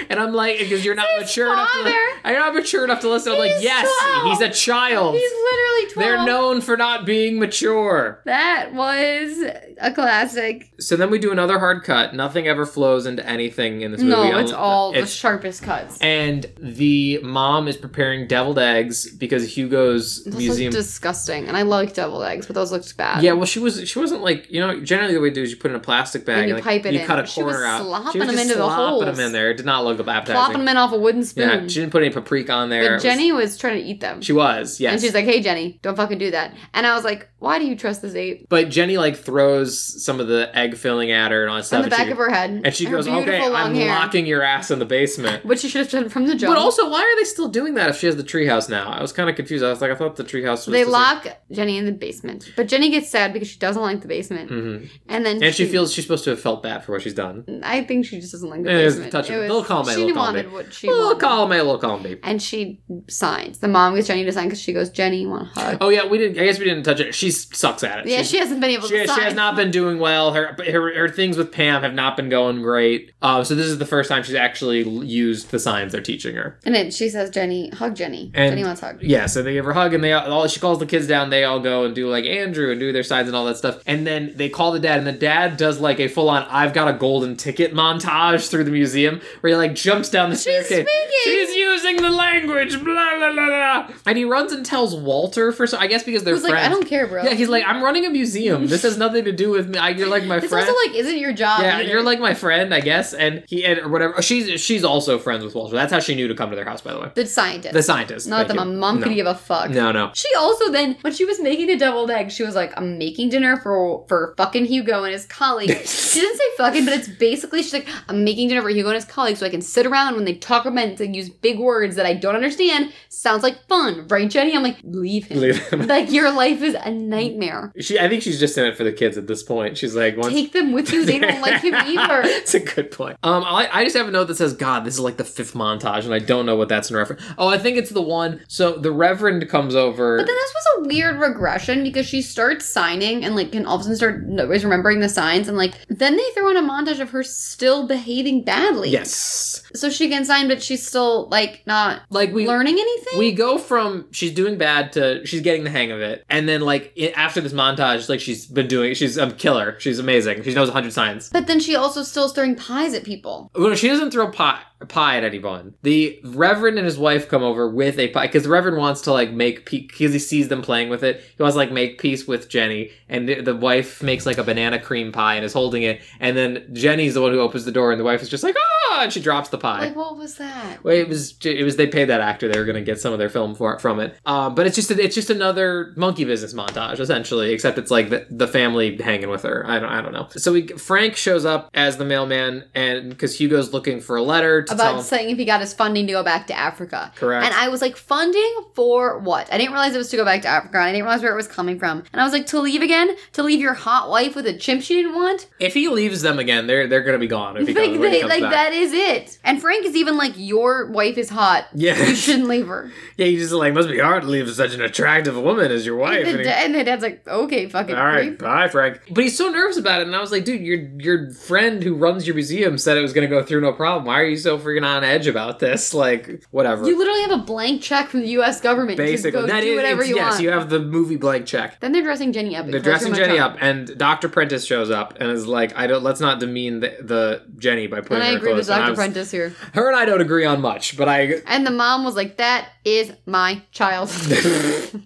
and I'm like, because you're not
His
mature enough. To,
father.
I'm not mature enough to listen. I'm like,
He's
yes,
12.
he's a child.
He's literally 12.
They're known for not being mature.
that was a classic.
So then we do another hard cut. Nothing ever flows into anything in this movie.
No, it's
unle-
all the
it's-
sharpest cuts.
and the mom is preparing deviled eggs because Hugo's
Those
museum.
looked disgusting, and I like deviled eggs, but those looked bad.
yeah, well, she was she wasn't like you know. Generally, the way you do is you put it in a plastic bag
And you
like,
pipe it
you
in.
cut a
She
corner
was
out.
slopping
she was
them
just
into the
slopping
holes.
them in there. It did not look appetizing.
plopping them in off a wooden
yeah,
spoon.
she didn't put any paprika on there. It
but
was-
Jenny was trying to eat them,
she was yes.
and she's like, "Hey, Jenny, don't fucking do that." And I was like, "Why do you trust this ape?"
but Jenny like throws some of the egg filling at her and all that stuff.
On the
and
back
she,
of her head,
and she
her
goes, "Okay,
beautiful long
I'm
hair,
locking your ass in the basement."
which she should have done from the jump.
But also, why are they still doing that if she has the treehouse now? I was kind of confused. I was like, I thought the treehouse was.
they
just a-
lock Jenny in the basement, but Jenny gets sad because she doesn't like the basement,
Mhm.
and then
And she feels she's supposed to have felt bad for what she's done.
I think she just doesn't like the
It is
basement.
touching.
It was-
Little column A,
She
little column
wanted
B.
what she
Little
wanted.
column A, little column B.
and she signs. The mom gets Jenny to sign because she goes, "Jenny, want to hug?"
Oh yeah, we didn't. I guess we didn't touch it. She s- sucks at it.
yeah,
She's-
she hasn't been able
She,
to sign.
she has not been doing well. Her, her her things with Pam have not been going great. Uh, so this is the first time she's actually l- used the signs they're teaching her.
And then she says, "Jenny, hug Jenny.
And-
Jenny wants hugged."
Yeah, so they give her a hug and they all all- she calls the kids down. They all go and do like Andrew and do their signs and all that stuff. And then they call the dad and the dad does like a full on I've got a golden ticket montage through the museum where he like jumps down the staircase.
speaking!
She's using the language. Blah blah blah blah. And he runs and tells Walter for so I guess because they're
Who's
friends.
like, "I don't care, bro."
Yeah, he's like I'm running a museum. This has nothing to do with me. I, you're like my
This
friend.
also like isn't your job.
yeah,
either.
you're like my friend, I guess, and he and or whatever. She's she's also friends with Walter. That's how she knew to come to their house, by the way.
the scientist.
The scientist.
not that
thank
my
you.
mom
no.
could give a fuck.
No, no.
She also then when she was making the deviled egg, she was like, "I'm making dinner for for fucking Hugo and his colleague." she didn't say fucking, but it's basically she's like, "I'm making dinner for Hugo and his colleague." like so I can sit around when they talk about to use big words that I don't understand. Sounds like fun, right, Jenny? I'm like, leave him.
Leave them.
like your life is a nightmare.
She, I think she's just in it for the kids at this point. She's like, once
Take them with you. They don't like him either.
it's a good point. Um, I, I just have a note that says, "God, this is like the fifth montage," and I don't know what that's in reference. Oh, I think it's the one. So the Reverend comes over.
But then this was a weird regression because she starts signing and like can all of a sudden start nobody's remembering the signs and like then they throw in a montage of her still behaving badly.
yes,
So she can sign, but she's still like not
like we
learning anything.
we go from she's doing bad to she's getting the hang of it, and then like i after this montage, like she's been doing, she's a killer. She's amazing. She knows a hundred signs.
but then she also still is throwing pies at people.
Well, she doesn't throw pie, pie at anyone. The Reverend and his wife come over with a pie because the Reverend wants to like make peace because he sees them playing with it. He wants to like make peace with Jenny, and the, the wife makes like a banana cream pie and is holding it. And then Jenny's the one who opens the door, and the wife is just like ah, and she drops the pie.
Like what was that?
Well, it was it was they paid that actor they were going to get some of their film for from it. Um, but it's just it's just another monkey business montage essentially, except it's like the, the family hanging with her. I don't I don't know. So we Frank shows up as the mailman, and because Hugo's looking for a letter to tell
About
him.
saying if he got his funding to go back to Africa.
Correct.
And I was like, funding for what? I didn't realize it was to go back to Africa. and I didn't realize where it was coming from. And I was like, to leave again? To leave your hot wife with a chimp she didn't want?
if he leaves them again, they're they're going to be gone. If he
like
comes, when he
they,
comes
like
back.
that is it. And Frank is even like, your wife is hot.
Yeah.
you shouldn't leave her.
Yeah, you just like must be hard to leave such an attractive woman as your wife.
And the,
And he-
da- and the dad's like, okay, fucking.
All right,
creep.
bye, Frank. But he's so nervous about it, and I was like, dude, your your friend who runs your museum said it was going to go through no problem. Why are you so freaking on edge about this? Like, whatever.
You literally have a blank check from the U.S. government. Basically,
Basically,
go
that
do
is
whatever
it's-
you
yes.
want.
You have the movie blank check.
then they're dressing Jenny up. It
They're
costs
dressing
her much
Jenny
time.
up, and Doctor Prentice shows up and is like, "I don't. Let's not demean the, the Jenny by putting
And I
her
agree
clothes."
with Dr.
And I was-
Prentice here.
Her and I don't agree on much, but I.
And the mom was like, that is my child.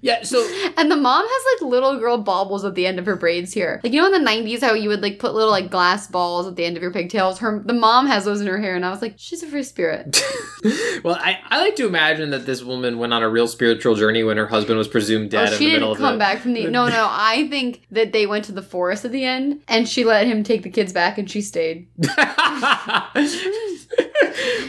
yeah. So
and the mom has like little girl baubles at the end of her braids here. Like, you know, in the 90s, how you would like put little like glass balls at the end of your pigtails? Her, the mom has those in her hair, and I was like, she's a free spirit.
well, I, I like to imagine that this woman went on a real spiritual journey when her husband was presumed
Oh,
dead in
she
the middle
didn't
of the,
come back from the. No, no, I think that they went to the forest at the end, and she let him take the kids back, and she stayed.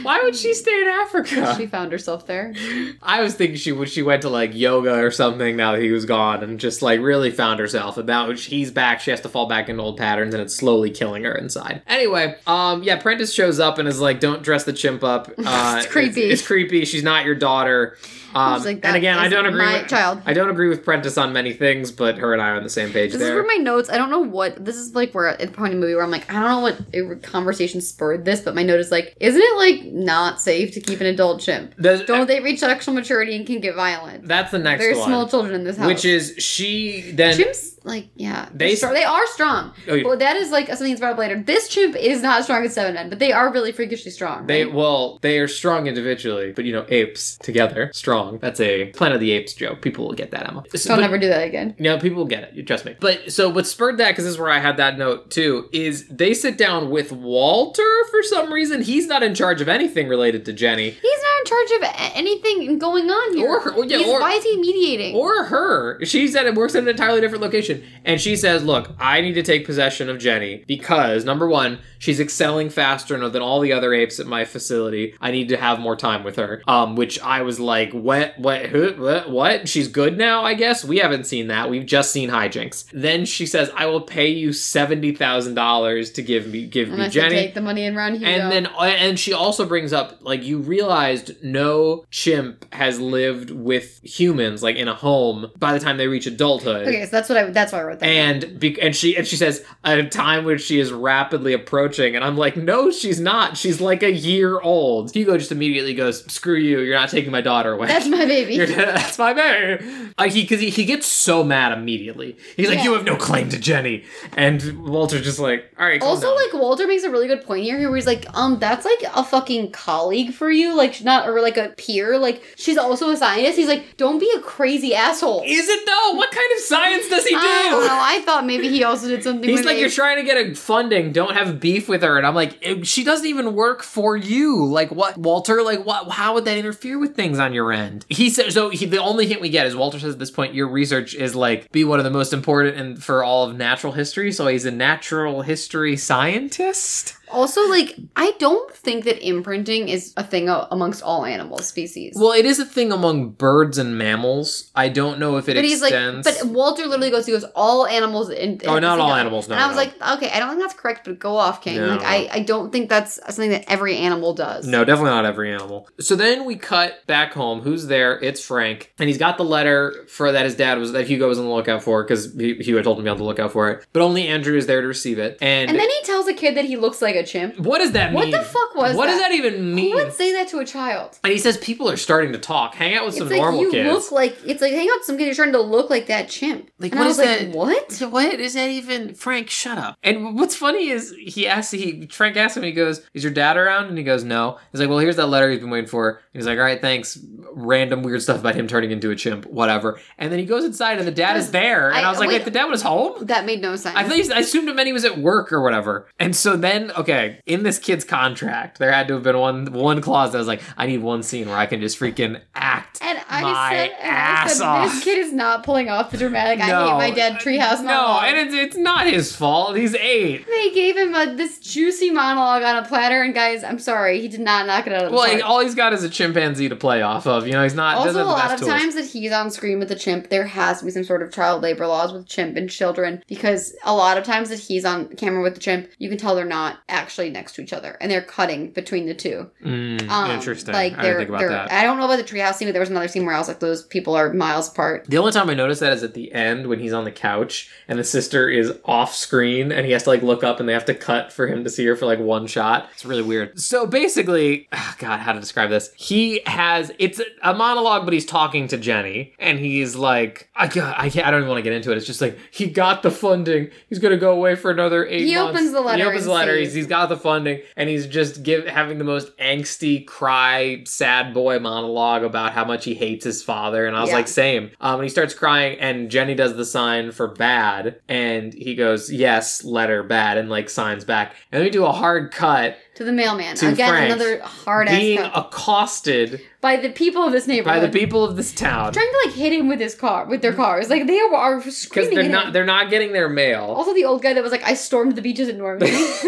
Why would she stay in Africa?
She found herself there.
I was thinking she would she went to like yoga or something now that he was gone and just like really found herself and now he's back she has to fall back into old patterns and it's slowly killing her inside. Anyway, um yeah, Prentice shows up and is like don't dress the chimp up. Uh,
creepy.
It's, it's creepy. She's not your daughter. Um,
was like,
and
"That
again, I
is
don't agree
my
with
child."
I don't agree with Prentice on many things, but her and I are on the same page
This is
there.
where my notes. I don't know what this is like. Where it's probably a movie where I'm like, I don't know what it- conversation spurred this, but my note is like, isn't it like not safe to keep an adult chimp?
Does-
Don't they reach sexual maturity and can get violent?
that's the next
There's
one.
small children in this house.
which is she then
chimps like yeah
They-
they str- they are strong.
Oh, yeah.
Well, that is like something that's brought up later. This chimp is not strong as seven men, but they are really freakishly strong.
They
right?
well, they are strong individually, but you know, apes together, strong. That's a Planet of the Apes joke. People will get that, Emma. So,
don't
but-
ever do that again.
No, people will get it. You trust me. But so what spurred that? Because this is where I had that note too. Is they sit down with Walter for some reason. He's not in charge of anything related to Jenny
He's not in charge of a- anything going on here.
Or- or- yeah,
He's-
or-
why is he mediating?
or her. She's at it works at an entirely different location, and she says, "Look, I need to take possession of Jenny because number one, she's excelling faster than all the other apes at my facility. I need to have more time with her." Um, which I was like, "What? What? Who, what? What? She's good now, I guess." We haven't seen that. We've just seen hijinks. Then she says, "I will pay you seventy thousand dollars to give me give
and
me
I said,
Jenny."
take the money and run here.
and then uh, and she also brings up like you realized no chimp has lived with humans like in a home by the time they reach adulthood
okay, so that's what I that's why I wrote that. down.
and be- and she and she says at a time when she is rapidly approaching and i'm like no she's not she's like a year old hugo just immediately goes screw you you're not taking my daughter away
that's my baby.
You're- that's my baby. Like he, because he, he gets so mad immediately. He's like,
Yeah.
"You have no claim to Jenny," and Walter's just like, "All right." calm
Also,
down."
like Walter makes a really good point here, where he's like, um, that's like a fucking colleague for you, like she's not or like a peer. Like she's also a scientist. He's like, don't be a crazy asshole.
is it though? What kind of science does he do?
I don't know. I thought maybe he also did something.
He's
with
like,
a-
you're trying to get a funding. Don't have beef with her. And I'm like, "Eh, she doesn't even work for you. Like, what, Walter? Like, what? How would that interfere with things on your end? He said. So he, the only hint we get is Walter says at this point, your research is like be one of the most important and for all of natural history. So he's a natural history scientist.
Also, like, I don't think that imprinting is a thing a- amongst all animal species.
Well, it is a thing among birds and mammals. I don't know if it
but he's
extends.
like, but Walter literally goes, he goes, all animals. In,
Oh, not all
in-
animals, no,
and I was
no.
like, okay, I don't think that's correct, but go off, King.
No.
Like, I, I don't think that's something that every animal does.
no, definitely not every animal. So then we cut back home. Who's there? It's Frank, and he's got the letter for that his dad was that Hugo was on the lookout for because Hugo told him to be on the lookout for it. But only Andrew is there to receive it. And,
And then he tells a kid that he looks like a chimp.
what does that
What
mean?
the fuck was
What does
that?
that even mean?
Who would say that to a child?
and he says people are starting to talk. Hang out with
It's
some
like
normal
you
kids.
look like it's like hang out with some kid. You're starting to look like that chimp.
Like,
and
what
I
is
was like,
that-
What?
So what is that even? Frank, shut up. And what's funny is he asks, he Frank asks him, he goes, "Is your dad around?" And he goes, "No." He's like, "Well, here's that letter he's been waiting for." And he's like, "All right, thanks." Random weird stuff about him turning into a chimp, whatever. And then he goes inside, and the dad is there. And I,
I-
was like,
wait.
"Wait, the dad was home."
That made no sense.
I thought he's, I assumed it meant he was at work or whatever. And so then, okay, in this kid's contract, there had to have been one one clause that was like, "I need one scene where I can just freaking act."
And I
my
said, and I
ass
said
off.
this kid is not pulling off the dramatic. I
No.
hate my dad treehouse
no,
monologue.
and it's, it's not his fault. He's eight.
they gave him a, this juicy monologue on a platter, and guys, I'm sorry, he did not knock it out of the
Well,
park.
like, all he's got is a chimpanzee to play off of. You know, he's not.
also,
doesn't
a
have the
lot
best
of
tools.
times that he's on screen with the chimp, there has to be some sort of child labor laws with chimp and children because a lot of times that he's on camera with the chimp, you can tell they're not actually next to each other and they're cutting between the two.
Mm, interesting.
um, Like
I
they're,
didn't think about
they're,
that.
I don't know about the treehouse scene, but there was another scene where I was like, those people are miles apart.
the only time I noticed that is at the end when he's on the couch and the sister is off screen and he has to like look up and they have to cut for him to see her for like one shot. It's really weird. So basically, ah, God, how to describe this? He has it's a monologue, but he's talking to Jenny and he's like, I God, I can't. I don't even want to get into it. It's just like he got the funding. He's gonna go away for another eight.
He
months.
opens the
He
letter
opens
and
the letter.
sees-
He's, he's got the funding and he's just give, having the most angsty cry sad boy monologue about how much he hates his father and i was
Yeah.
like same um, and he starts crying and jenny does the sign for bad and he goes yes letter bad and like signs back and then we do a hard cut
To the mailman.
To
Again,
Frank.
another hard
being
ass
accosted
by the people of this
by
neighborhood.
the people of this town
trying to like hit him with his car, with their cars. Like they are
because
screaming.
they're
at
not
him.
they're not getting their mail
also, the old guy that was like, "I stormed the beaches in Normandy."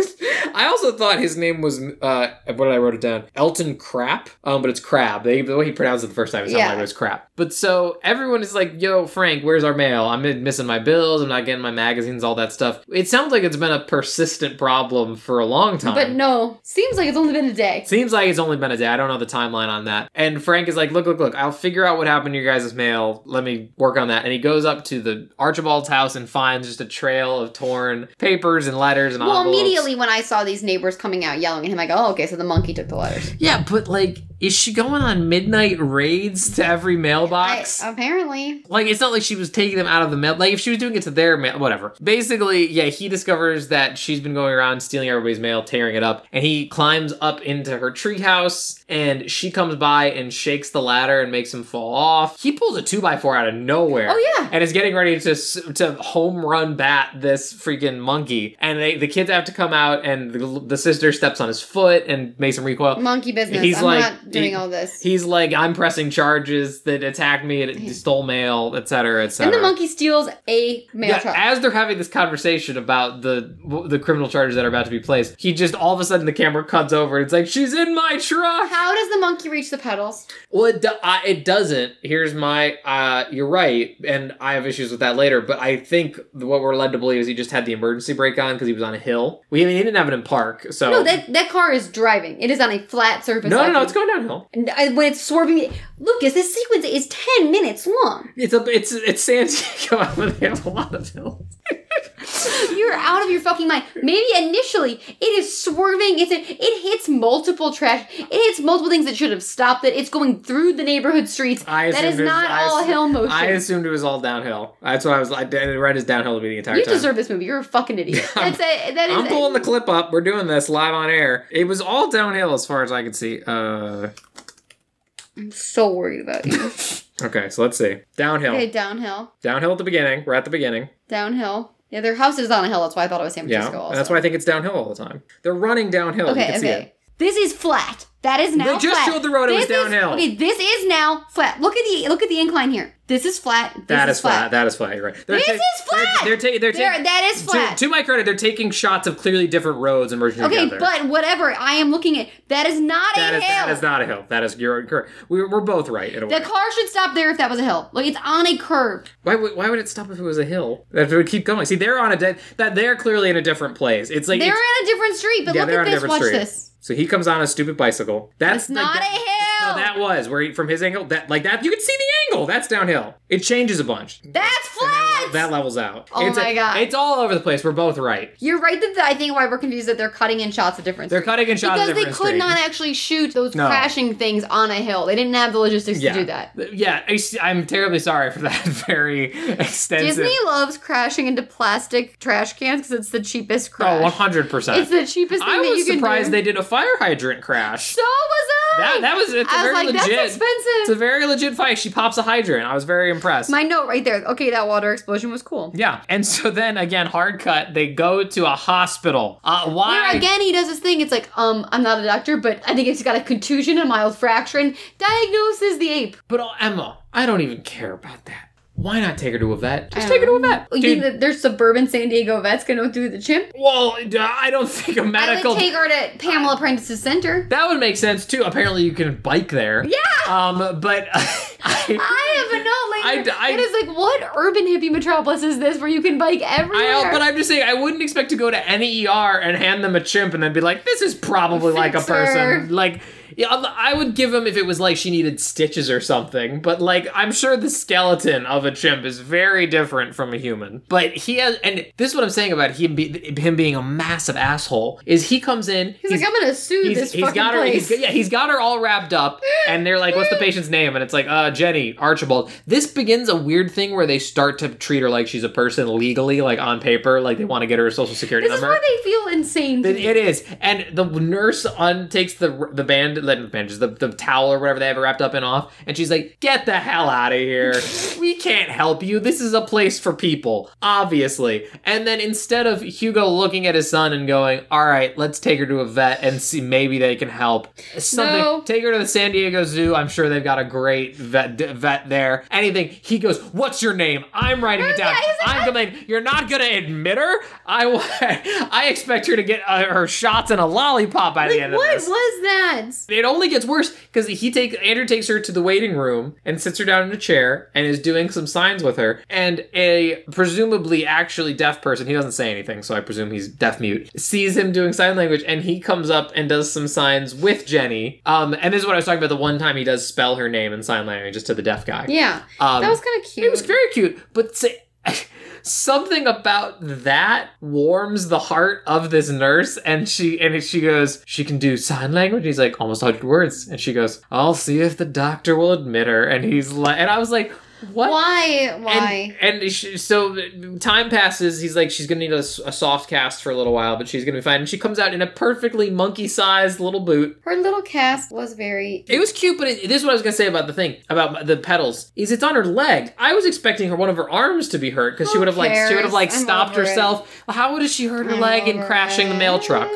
I also thought his name was uh, what did I wrote it down? Elton Crap, um, but it's Crab. They, the way he pronounced it the first time, it sounded
Yeah.
like it was Crap. But so everyone is like, "Yo, Frank, where's our mail? I'm missing my bills. I'm not getting my magazines, all that stuff." It sounds like it's been a persistent problem for a long time.
but no, seems like it's only been a day.
Seems like it's only been a day. I don't know the timeline on that. And Frank is like, look, look, look, I'll figure out what happened to your guys' mail. Let me work on that. And he goes up to the Archibald's house and finds just a trail of torn papers and letters and
Well,
envelopes.
immediately when I saw these neighbors coming out yelling at him, I go, "Oh, okay, so the monkey took the letters."
Yeah, but like, is she going on midnight raids to every
I, um,
mailbox?
apparently,
like, it's not like she was taking them out of the mail. Like, if she was doing it to their mail, whatever. Basically, yeah, he discovers that she's been going around stealing everybody's mail, tearing it up, and he climbs up into her treehouse, and she comes by and shakes the ladder and makes him fall off. He pulls a two by four out of nowhere.
Oh, yeah.
and is getting ready to s- to home run bat this freaking monkey, and they, the kids have to come out, and the, the sister steps on his foot and makes him recoil.
monkey business.
He's
I'm
like-
not doing
he-
all this.
He's like, I'm pressing charges that attacked me and it stole mail, et cetera, et
Then
cetera.
the monkey steals a mail
Yeah,
truck.
as they're having this conversation about the the criminal charges that are about to be placed, he just all of a sudden the camera cuts over and it's like she's in my truck.
How does the monkey reach the pedals?
Well, it, do- I, it doesn't. Here's my. Uh, you're right, and I have issues with that later. But I think what we're led to believe is he just had the emergency brake on because he was on a hill. We I mean, he didn't have it in park, so
No, that that car is driving. It is on a flat surface.
Oh. no,
I
no, no,
can-
it's going downhill.
And I, when it's swerving, Lucas, this sequence is ten minutes long.
It's a, it's it's San Diego. where they have a lot of hills.
You're out of your fucking mind. Maybe initially it is swerving. It's it hits multiple trash. It hits multiple things that should have stopped it. It's going through the neighborhood streets.
I
That
assumed
is
it was-
not
I
all
assu-
hill motion.
I assumed it was all downhill. That's what I was. I did- I read his downhill to be the entire
you
time.
deserve this movie. You're a fucking idiot.
I'm-
That's a, that is
I'm pulling the clip up. We're doing this live on air. It was all downhill as far as I could see. Uh,
I'm so worried about you.
okay, so let's see. Downhill.
okay, downhill,
Downhill at the beginning. We're at the beginning.
downhill. Yeah, their house is on a hill. That's why I thought it was San
Yeah,
Francisco. also.
and that's why I think it's downhill all the time. They're running downhill. you
Okay,
can see it.
okay. This is flat. That is now.
They just
flat.
showed the road, it was
This is-
downhill.
okay, this is now flat. Look at the look at the incline here. This is flat. This
That is
flat.
flat. That is flat. You're right. They're
This is flat!
They're, taking. they're, ta- they're
There-
ta-
that is
to-
flat.
To, my credit, they're taking shots of clearly different roads and merging
okay,
together.
but whatever. I am looking at that is not
that
a
is,
hill.
that is not a hill. That is you're correct. We, we're both right in a way.
the car should stop there if that was a hill. Like it's on a curve.
Why would why would it stop if it was a hill? If it would keep going. See, they're on a dead. That they're clearly in a different place. It's like
They're
it's-
in a different street, but
yeah,
look
they're on
at
a
this.
different
Watch
street.
this.
So he comes on a stupid bicycle. That's
It's
like
not
that-
a hill.
No, that was where he, from his angle. That like that you can see the angle. That's downhill. It changes a bunch.
That's flat.
That levels out.
Oh
it's
my
a-
God.
It's all over the place. We're both right.
You're right that the, I think why we're confused that they're cutting in shots of different.
They're
streets.
cutting in shots
because
of
they could
different streets.
not actually shoot those
No.
crashing things on a hill. They didn't have the logistics
yeah.
to do that.
Yeah, I, am terribly sorry for that very extensive. Oh,
Disney loves crashing into plastic trash cans because it's the cheapest
oh,
crash.
100.
it's
percent
the cheapest thing
I
that you
was
can
surprised
do.
they did a fire hydrant crash.
So was I.
That, that was it's a
I was
very
like,
legit.
that's
It's a
expensive.
very legit fight. She pops a hydrant. I was very impressed.
My note right there. Okay, that water explosion was cool.
yeah, and so then again, hard cut. They go to a hospital. Uh, why?
Where again he does this thing. It's like, um, I'm not a doctor, but I think he's got a contusion, a mild fracture, and diagnoses the ape.
But oh, Emma, I don't even care about that. Why not take her to a vet? Just
I
take her to a
don't know.
vet.
Um, You
Dude,
think that their suburban San Diego vets gonna do the chimp?
well, I don't think a
I
medical.
would take her to Pamela Prentice's center.
that would make sense too. Apparently, you can bike there.
Yeah,
Um, but I,
I have a note later.
I- I-
it is like, what urban hippie metropolis is this where you can bike everywhere?
I, but I'm just saying, I wouldn't expect to go to any ER and hand them a chimp and then be like, "This is probably like a
Fix her.
person." Like, yeah, I'm- I would give them if it was like she needed stitches or something. But like, I'm sure the skeleton of a chimp is very different from a human. But he has, and this is what I'm saying about him, be, him being a massive asshole. Is he comes in,
he's, like, I'm gonna sue this fucking
got her.
place.
He's, yeah, he's got her all wrapped up, and they're like, "What's the patient's name?" And it's like, "Uh, Jenny Archibald." This begins a weird thing where they start to treat her like she's a person legally, like on paper, like they want to get her a social security
this is
number.
why they feel insane. To
It-
me.
it is, and the nurse un takes the the band, the bandages, the, the towel or whatever they have her wrapped up and off, and she's like, "Get the hell out of here! we can't help you. This is a place for people, obviously." And then instead of Hugo looking at his son and going, "All right, let's take her to a vet and see maybe they can help," something
No.
take her to the San Diego Zoo. I'm sure they've got a great vet d- vet there. Anything. He goes, "What's your name? I'm writing it down.
Yeah, he's like,
I'm complaining. You're not gonna admit her. I wa- I expect her to get uh, her shots and a lollipop by the
Like,
end
what
of this."
was that?
It only gets worse because he take Andrew takes her to the waiting room and sits her down in a chair and is doing some signs with her. And a presumably actually deaf person, he doesn't say anything, so I presume he's deaf mute, sees him doing sign language and he comes up and does some signs with Jenny. Um, and this is what I was talking about the one time he does spell her name in sign language just to the deaf guy.
Yeah,
Um,
that was kind of cute.
it was very cute, but say, something about that warms the heart of this nurse. And she and she goes, she can do sign language. He's like almost hundred words, and she goes, I'll see if the doctor will admit her. And he's like, and I was like, what?
Why? Why?
And, and she, so time passes. He's like, she's gonna need a, s- a soft cast for a little while, but she's gonna be fine. And she comes out in a perfectly monkey-sized little boot,
Her little cast was very.
it was cute, but it, this is what I was gonna say about the thing about the pedals. Is it's on her leg? I was expecting her one of her arms to be hurt because she
Who
would have like she would have like
cares? I'm
stopped
over it.
herself. How would have she hurt her leg in crashing the mail truck?
Uh,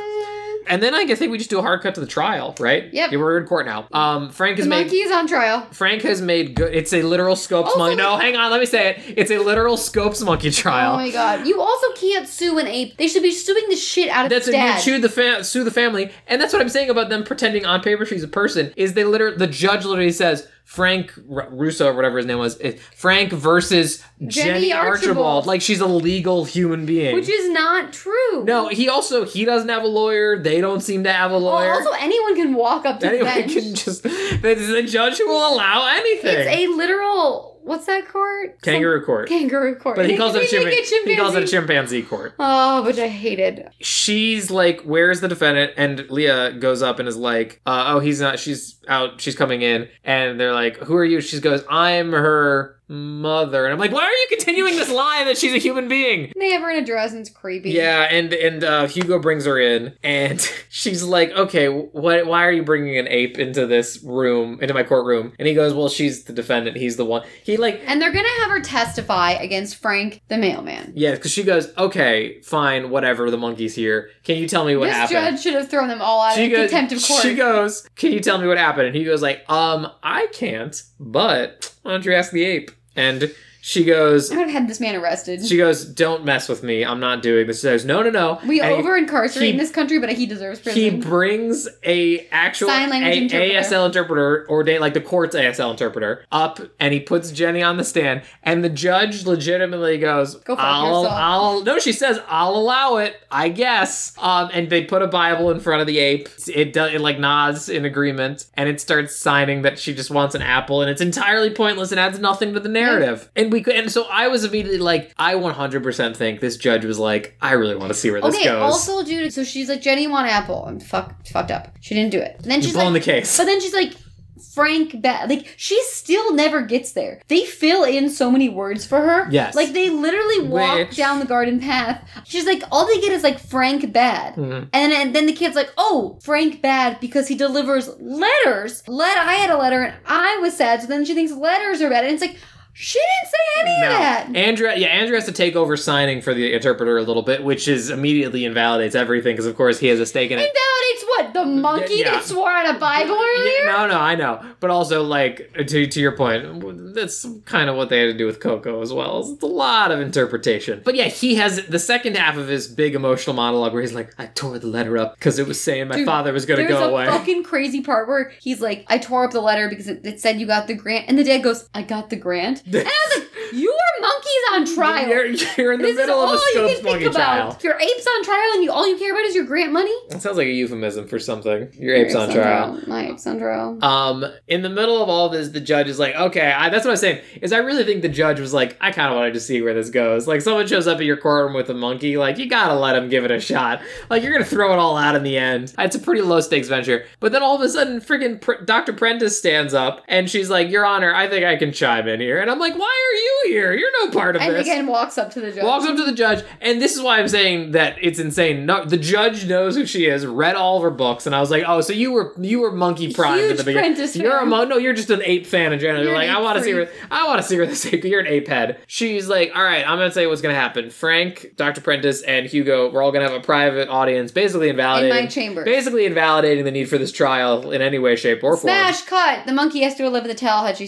And then I think we just do a hard cut to the trial, right?
Yep.
Yeah, we're in court now. Um, Frank
The
has made
monkey is on trial.
Frank has made good. It's a literal Scopes
Also,
monkey. No,
like-
hang on, let me say it. It's a literal Scopes monkey trial.
Oh my god! You also can't sue an ape. They should be suing the shit out of
That's
its
a you
dad.
sue the fa- sue the family, and that's what I'm saying about them pretending on paper she's a person. Is they literally the judge literally says Frank R- Russo or whatever his name was, is Frank versus Jenny,
Jenny
Archibald.
Archibald.
like she's a legal human being.
which is not true.
no, he also he doesn't have a lawyer. They don't seem to have a
Well,
lawyer.
Oh, also, anyone can walk up to the
Anyone
bench.
can just this is a judge who will allow anything.
It's a literal. What's that court? Some-
kangaroo court.
kangaroo court.
but he calls it a
They make
chimpanzee. He calls it a
chimpanzee.
chimpanzee court.
Oh, which I hated.
she's like, "Where's the defendant?" And Leah goes up and is like, uh, "Oh, he's not." She's out. She's coming in, and they're like, "Who are you?" She goes, "I'm her mother," and I'm like, "Why are you continuing this lie that she's a human being?"
They have her in a dress and it's creepy.
Yeah, and and uh, Hugo brings her in, and she's like, "Okay, what? Why are you bringing an ape into this room, into my courtroom?" And he goes, "Well, she's the defendant. He's the one." He like
And they're gonna have her testify against Frank the mailman.
Yeah, because she goes, okay, fine, whatever. The monkey's here. Can you tell me what
this
happened?
judge should have thrown them all out
she
of
goes.
contempt of court.
She goes. Can you tell me what happened? And he goes like, um, I can't. But why don't you ask the ape? And she goes.
I would have had this man arrested.
She goes. Don't mess with me. I'm not doing this. She goes. No, no, no.
we
And he-
over incarcerate in
he-
this country, but he deserves
He
prison.
brings a actual
Sign language
a-
interpreter.
ASL interpreter, ordained like the court's ASL interpreter, up, and he puts Jenny on the stand. And the judge legitimately goes,
Go fuck
"I'll,
yourself."
I'll." No, she says, "I'll allow it, I guess." Um, and they put a Bible in front of the ape. It does, it like nods in agreement, and it starts signing that she just wants an apple, and it's entirely pointless and adds nothing to the narrative. And we could, and so I was immediately like, I 100% think this judge was like, I really want to see where this
okay,
goes.
also dude, so she's like, Jenny want apple and fuck fucked up. She didn't do it. And then
He's
she's
blowing
like
the case.
But then she's like Frank bad like she still never gets there. They fill in so many words for her.
Yes.
Like they literally walk
Which-
down the garden path. She's like all they get is like Frank bad.
Mhm.
And then, and then the kid's like, oh, Frank bad because he delivers letters. Let I had a letter and I was sad. So then she thinks letters are bad. And it's like, she didn't say any
No.
of that.
Andrea, yeah, Andrea has to take over signing for the interpreter a little bit, which is immediately invalidates everything because, of course, he has a stake in it.
Invalidates what? The monkey
yeah.
that swore on a Bible earlier?
Yeah, no, no, I know, but also like to to your point, that's kind of what they had to do with Coco as well. It's a lot of interpretation. But yeah, he has the second half of his big emotional monologue where he's like, "I tore the letter up because it was saying my
Dude,
father was going to
There's
go
a
away."
fucking crazy part where he's like, I tore up the letter because it, it said you got the grant. And the dad goes, I got the grant. And I was like, you are monkeys on trial.
You're, you're in the
this is
middle of a
all you
Scopes
can think
monkey trial.
about. Your ape's on trial and you all you care about is your grant money?
It sounds like a euphemism for something. Your apes on trial.
My ape's on trial.
Um, in the middle of all this, the judge is like, "Okay, I, that's what I'm saying." Is I really think the judge was like, "I kind of wanted to see where this goes." Like, someone shows up at your courtroom with a monkey, like you gotta let him give it a shot. Like, you're gonna throw it all out in the end. It's a pretty low stakes venture. But then all of a sudden, freaking Pr- Dr. Prentice stands up and she's like, "Your Honor, I think I can chime in here." And I'm like, "Why are you here? You're no part of
and
this."
again walks up to the judge.
Walks up to the judge, and this is why I'm saying that it's insane. No, the judge knows who she is, read all of her books, and I was like, "Oh, so you were you were monkey prime at
Huge
the beginning?
Prentice
You're a
fan.
mon- no, you're just an ape fan in general. You're
You're an
like, I
ape
want to see
freak.
where I want to see where this ape. You're an ape head." She's like, "All right, I'm gonna say what's gonna happen. Frank, Doctor Prentice, and Hugo, we're all gonna have a private audience, basically
in
invalidating,
my chamber.
basically invalidating the need for this trial in any way, shape, or form."
Smash cut. The monkey has to live at the Tallahatchie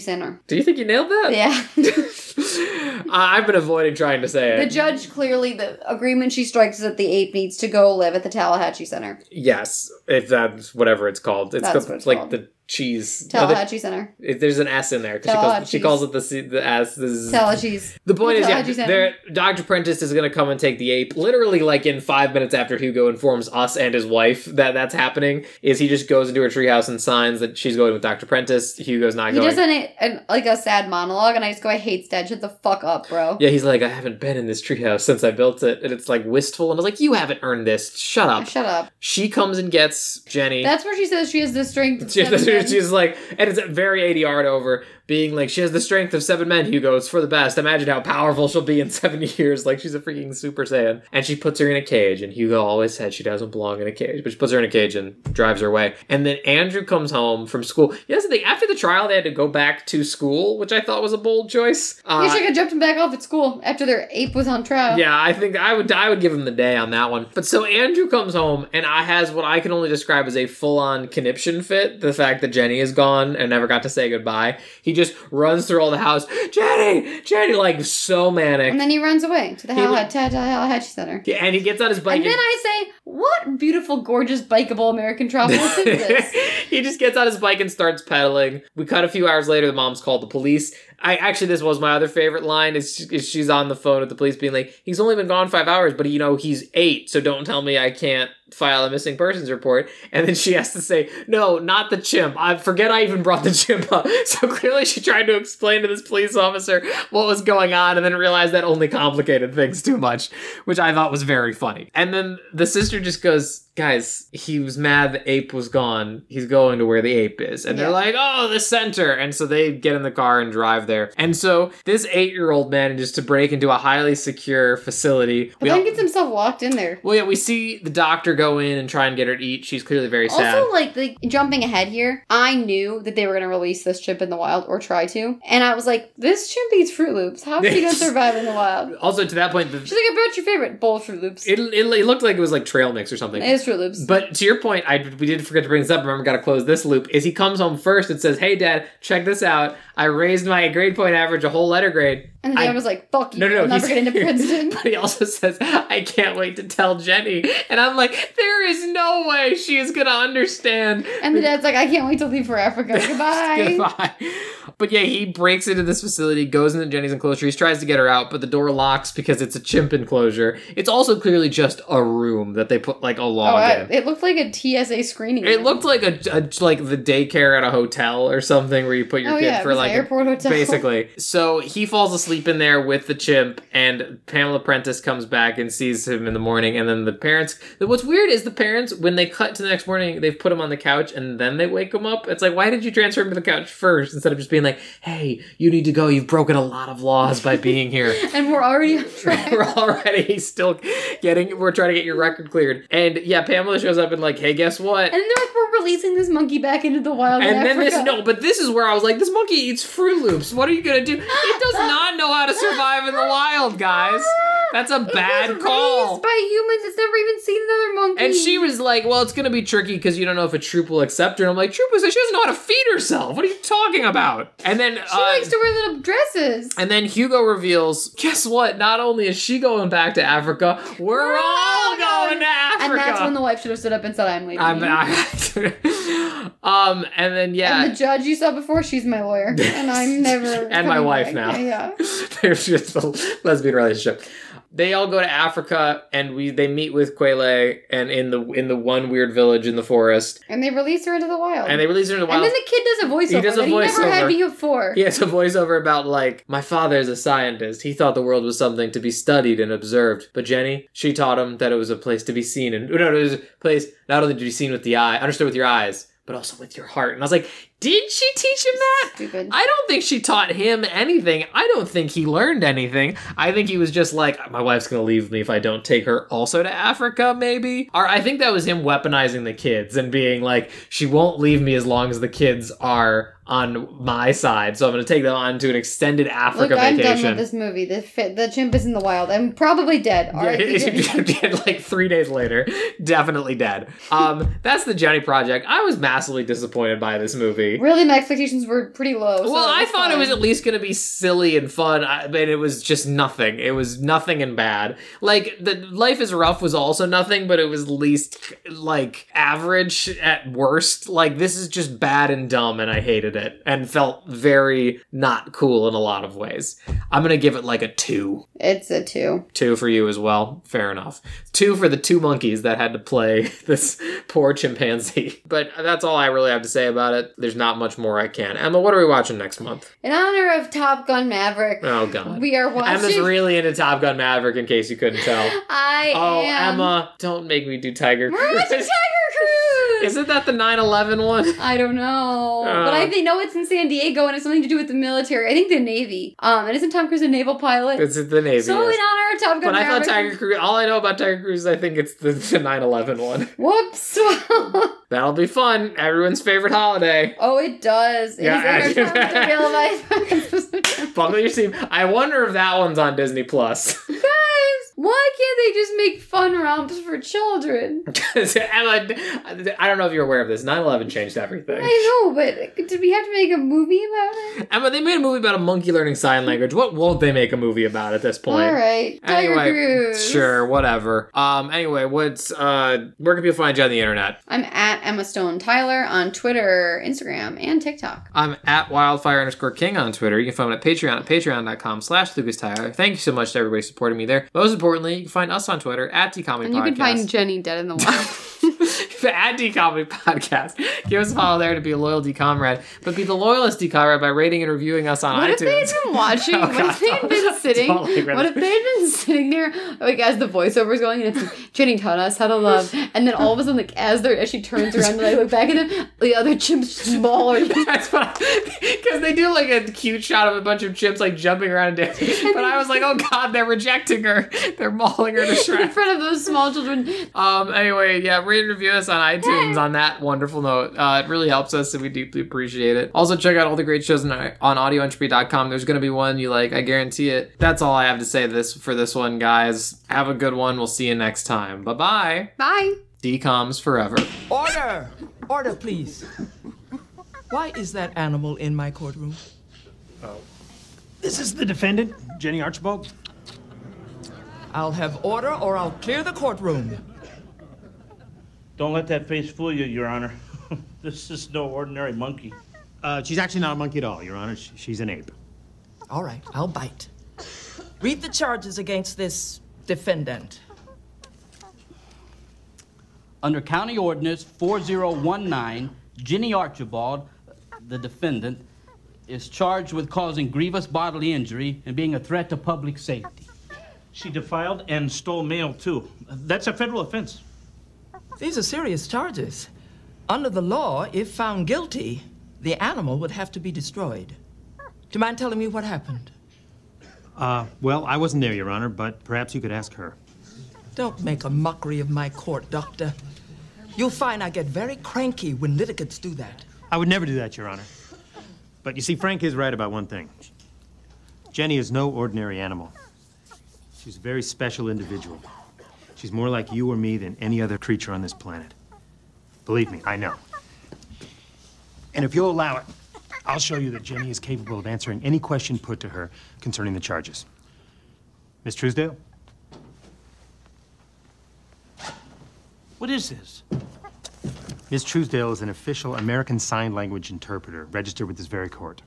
Center.
Do you think you nailed that?
Yeah.
I- I've been avoiding trying to say it.
the judge clearly the agreement she strikes is that the ape needs to go live at the Tallahatchie Center.
Yes, if that's whatever it's called. It's
That's
the-
what it's
like
called.
the cheese. no, the-
Tallahatchie Center.
it- there's an S in there because she calls, she
Tallahatchie.
calls it the C, the S. The, Z.
Tallahassee's.
the point is, yeah,
Tallahatchie Center.
there, Dr. Prentice is going to come and take the ape. Literally, like in five minutes after Hugo informs us and his wife that that's happening, is he just goes into her treehouse and signs that she's going with Dr. Prentice. Hugo's not
He
going.
does an, an like a sad monologue, and I just go, I hate Sted. Shut the fuck up, bro.
yeah, he's like, I haven't been in this treehouse since I built it, and it's like wistful. And I was like, you haven't earned this. Shut up.
Shut up.
She comes and gets Jenny.
That's where she says she has the strength. of
She has
seven
the-
men.
she's like, and it's very 80 yard over, being like, she has the strength of seven men, Hugo. It's for the best. Imagine how powerful she'll be in seven years. Like, she's a freaking Super Saiyan. And she puts her in a cage, and Hugo always said she doesn't belong in a cage, but she puts her in a cage and drives her away. And then Andrew comes home from school. Yes, the thing. After the trial, they had to go back to school, which I thought was a bold choice.
He
Uh,
should have jumped him back off at school after their ape was on trial.
yeah, I think I would I would give him the day on that one. But so Andrew comes home and I has what I can only describe as a full on conniption fit. The fact that Jenny is gone and never got to say goodbye. He just runs through all the house, Jenny, Jenny, like so manic.
And
And,
then he runs away to the
He
Tallahat-
would-
Ta- Tallahatchie Center.
he gets on his bike.
And then I say, what beautiful, gorgeous, bikeable American Tropolis is this?
he just gets on his bike and starts pedaling. We cut a few hours later. The mom's called the police. I actually, this was my other favorite line is, is she's on the phone with the police, being like, "He's only been gone five hours, but you know he's eight, so don't tell me I can't file a missing persons report." And then she has to say, "No, not the chimp. I forget I even brought the chimp up." So clearly, she tried to explain to this police officer what was going on, and then realized that only complicated things too much, which I thought was very funny. And then the sister just goes. guys, he was mad the ape was gone. He's going to where the ape is. And they're
Yeah.
like, oh, the center. And so they get in the car and drive there. And so this eight year old manages to break into a highly secure facility.
But
We
then
al-
gets himself locked in there.
well, yeah, we see the doctor go in and try and get her to eat. She's clearly very sad.
Also, like the jumping ahead here, I knew that they were gonna release this chimp in the wild or try to, and I was like, this chimp eats Fruit Loops. How is he gonna survive in the wild?
Also, to that point, the,
She's like, I brought your favorite bowl of Fruit Loops.
it, it, it looked like it was like trail mix or something.
it is Fruit Loops.
But to your point, I we did forget to bring this up. Remember, got to close this loop. Is he comes home first and says, "Hey, Dad, check this out. I raised my grade point average a whole letter grade."
and the dad
I-
was like, fuck you,
No, no, no.
I'll never
he's-
get into Princeton.
but he also says, "I can't wait to tell Jenny." And I'm like, there is no way she is gonna understand.
and the dad's like, I can't wait to leave for Africa. Goodbye.
Goodbye. But yeah, he breaks into this facility, goes into Jenny's enclosure. He tries to get her out, but the door locks because it's a chimp enclosure. It's also clearly just a room that they put like a
Oh,
log
I,
in.
it looked like a TSA screening.
It
room.
looked like a, a- like the daycare at a hotel or something where you put your
Oh,
kid
yeah, it
for
was an
like a-
airport hotel.
basically. So he falls asleep in there with the chimp, and Pamela Prentice comes back and sees him in the morning. And then the parents. What's weird is the parents when they cut to the next morning, they've put him on the couch and then they wake him up. It's like why did you transfer him to the couch first instead of just being like, hey, you need to go. You've broken a lot of laws by being here.
and we're already on track.
we're already still getting. We're trying to get your record cleared. And yeah, Pamela shows up and like, hey, guess what?
And then they're like, we're releasing this monkey back into the wild. in
And then this
Africa.
no, but this is where I was like, this monkey eats Fruit Loops. What are you gonna do? It does not know how to survive in the wild, guys. That's a
It was
bad
raised
call.
by humans. It's never even seen another monkey.
And she was like, well, it's gonna be tricky because you don't know if a troop will accept her. And I'm like, troop was like, she doesn't know how to feed herself. What are you talking about? And then uh,
She likes to wear little dresses.
and then Hugo reveals, guess what? Not only is she going back to Africa, we're,
We're
all
all
going
going-
to Africa.
And that's when the wife should have stood up and said, "I'm leaving."
I'm,
you."
I, um, and then yeah,
And the judge you saw before, she's my lawyer, and I'm never.
And my
coming
wife
back.
now.
Yeah, yeah.
There's just a lesbian relationship. They all go to Africa, and we they meet with Quele, and in the in the one weird village in the forest,
And they release her into the wild.
and they release her into the
And
wild.
then the kid does a voiceover
He does a
that he never
voiceover.
had before.
he has a voiceover about like my father is a scientist. He thought the world was something to be studied and observed, but Jenny she taught him that it was a place to be seen and no, no, it was a place not only to be seen with the eye, understood with your eyes, but also with your heart. And I was like, did she teach him that?
Stupid.
I don't think she taught him anything. I don't think he learned anything. I think he was just like, my wife's gonna leave me if I don't take her also to Africa, maybe. Or I think that was him weaponizing the kids and being like, she won't leave me as long as the kids are on my side. So I'm gonna take them on to an extended Africa
Look, I'm done
vacation.
with this movie. The fi- the chimp is in the wild. I'm probably dead. All right.
like three days later, definitely dead. Um, that's the Jenny Project. I was massively disappointed by this movie.
Really, my expectations were pretty low. so
Well,
it
I
was
thought it
fine.
was at least going to be silly and fun, I- but it was just nothing. It was nothing and bad. Like the Life is Rough was also nothing, but it was least like average at worst. Like this is just bad and dumb, and I hated it and felt very not cool in a lot of ways. I'm gonna give it like a two,
It's a two.
two for you as well. Fair enough. Two for the two monkeys that had to play this poor chimpanzee. But that's all I really have to say about it. There's not much more I can. Emma, what are we watching next month?
In honor of Top Gun Maverick,
Oh god.
we are
Emma's
watching.
really into Top Gun Maverick in case you couldn't tell.
I
Oh,
am.
Emma, don't make me do Tiger
We're watching
Cruise.
Tiger Cruise.
Isn't that the 9/11 one?
I don't know,
Uh.
but I they know it's in San Diego and it's something to do with the military. I think the Navy. Um, and isn't Tom Cruise a naval pilot?
It's the Navy.
so
yes.
in honor of Top Gun
But I
Maverick.
thought Tiger Cruise all I know about Tiger Cruise is I think it's the, the 9/11 one.
Whoops.
That'll be fun. Everyone's favorite holiday.
oh, it does. It
Yeah, I-
is in our time to realize.
Buckle your seat. I wonder if that one's on Disney Plus.
Guys, why can't they just make fun romps for children?
'Cause Emma, I don't know if you're aware of this. 9/11 changed everything.
I know, but did we have to make a movie about it?
Emma, they made a movie about a monkey learning sign language. What won't they make a movie about at this point?
All right, Tiger
anyway,
Cruise.
sure, whatever. Um, anyway, what's uh, where can people find you on the internet?
I'm at Emma Stone Tyler on Twitter, Instagram, and TikTok.
I'm at wildfire underscore king on Twitter. You can find me at Patreon at patreon.com slash Lucas Tyler. Thank you so much to everybody supporting me there. Most importantly, you can find us on Twitter at Decomedy
And
Podcast.
you can find Jenny dead in the wild.
at Decomedy Podcast. Give us a follow there to be a loyal decomrade, but be the loyalist decomrade by rating and reviewing us on
What if
iTunes.
they had been watching?
Oh,
what if
God,
they had
don't-
been sitting?
don't like
what if they had been sitting there, like as the voiceover is going, and it's Jenny taught us how to love, and then all of a sudden, like as they're as she turns around and I look back at them, the other chimp's smaller.
That's because they do like a cute shot of a bunch of chips like jumping around and dancing. But I was like, oh god, they're rejecting her. They're mauling her to
In
shreds.
front of those small children,
Um. Anyway, yeah, rate and review us on iTunes. On that wonderful note, uh, it really helps us, and we deeply appreciate it. Also, check out all the great shows on, on AudioEntropy.com. There's gonna be one you like. I guarantee it. That's all I have to say this for this one, guys. Have a good one. We'll see you next time. Bye bye.
bye.
Decoms forever.
Order! Order, please. Why is that animal in my courtroom?
This is the defendant, Jenny Archibald.
I'll have order or I'll clear the courtroom.
Don't let that face fool you, Your Honor. this is no ordinary monkey.
Uh, she's actually not a monkey at all, Your Honor. Sh- She's an ape.
All right, I'll bite. Read the charges against this defendant.
Under County Ordinance 4019, Ginny Archibald, the defendant, is charged with causing grievous bodily injury and being a threat to public safety.
She defiled and stole mail, too. That's a federal offense.
These are serious charges. Under the law, if found guilty, the animal would have to be destroyed. Do you mind telling me what happened?
Uh, well, I wasn't there, Your Honor, but perhaps you could ask her.
Don't make a mockery of my court, Doctor. You'll find I get very cranky when litigants do that.
I would never do that, Your Honor. But you see, Frank is right about one thing Jenny is no ordinary animal. She's a very special individual. She's more like you or me than any other creature on this planet. Believe me, I know. And if you'll allow it, I'll show you that Jenny is capable of answering any question put to her concerning the charges. Miss Truesdale?
What is this?
Ms. Truesdale is an official American Sign Language interpreter registered with this very court.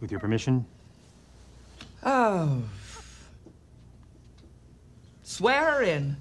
With your permission,
Oh. Swear her in.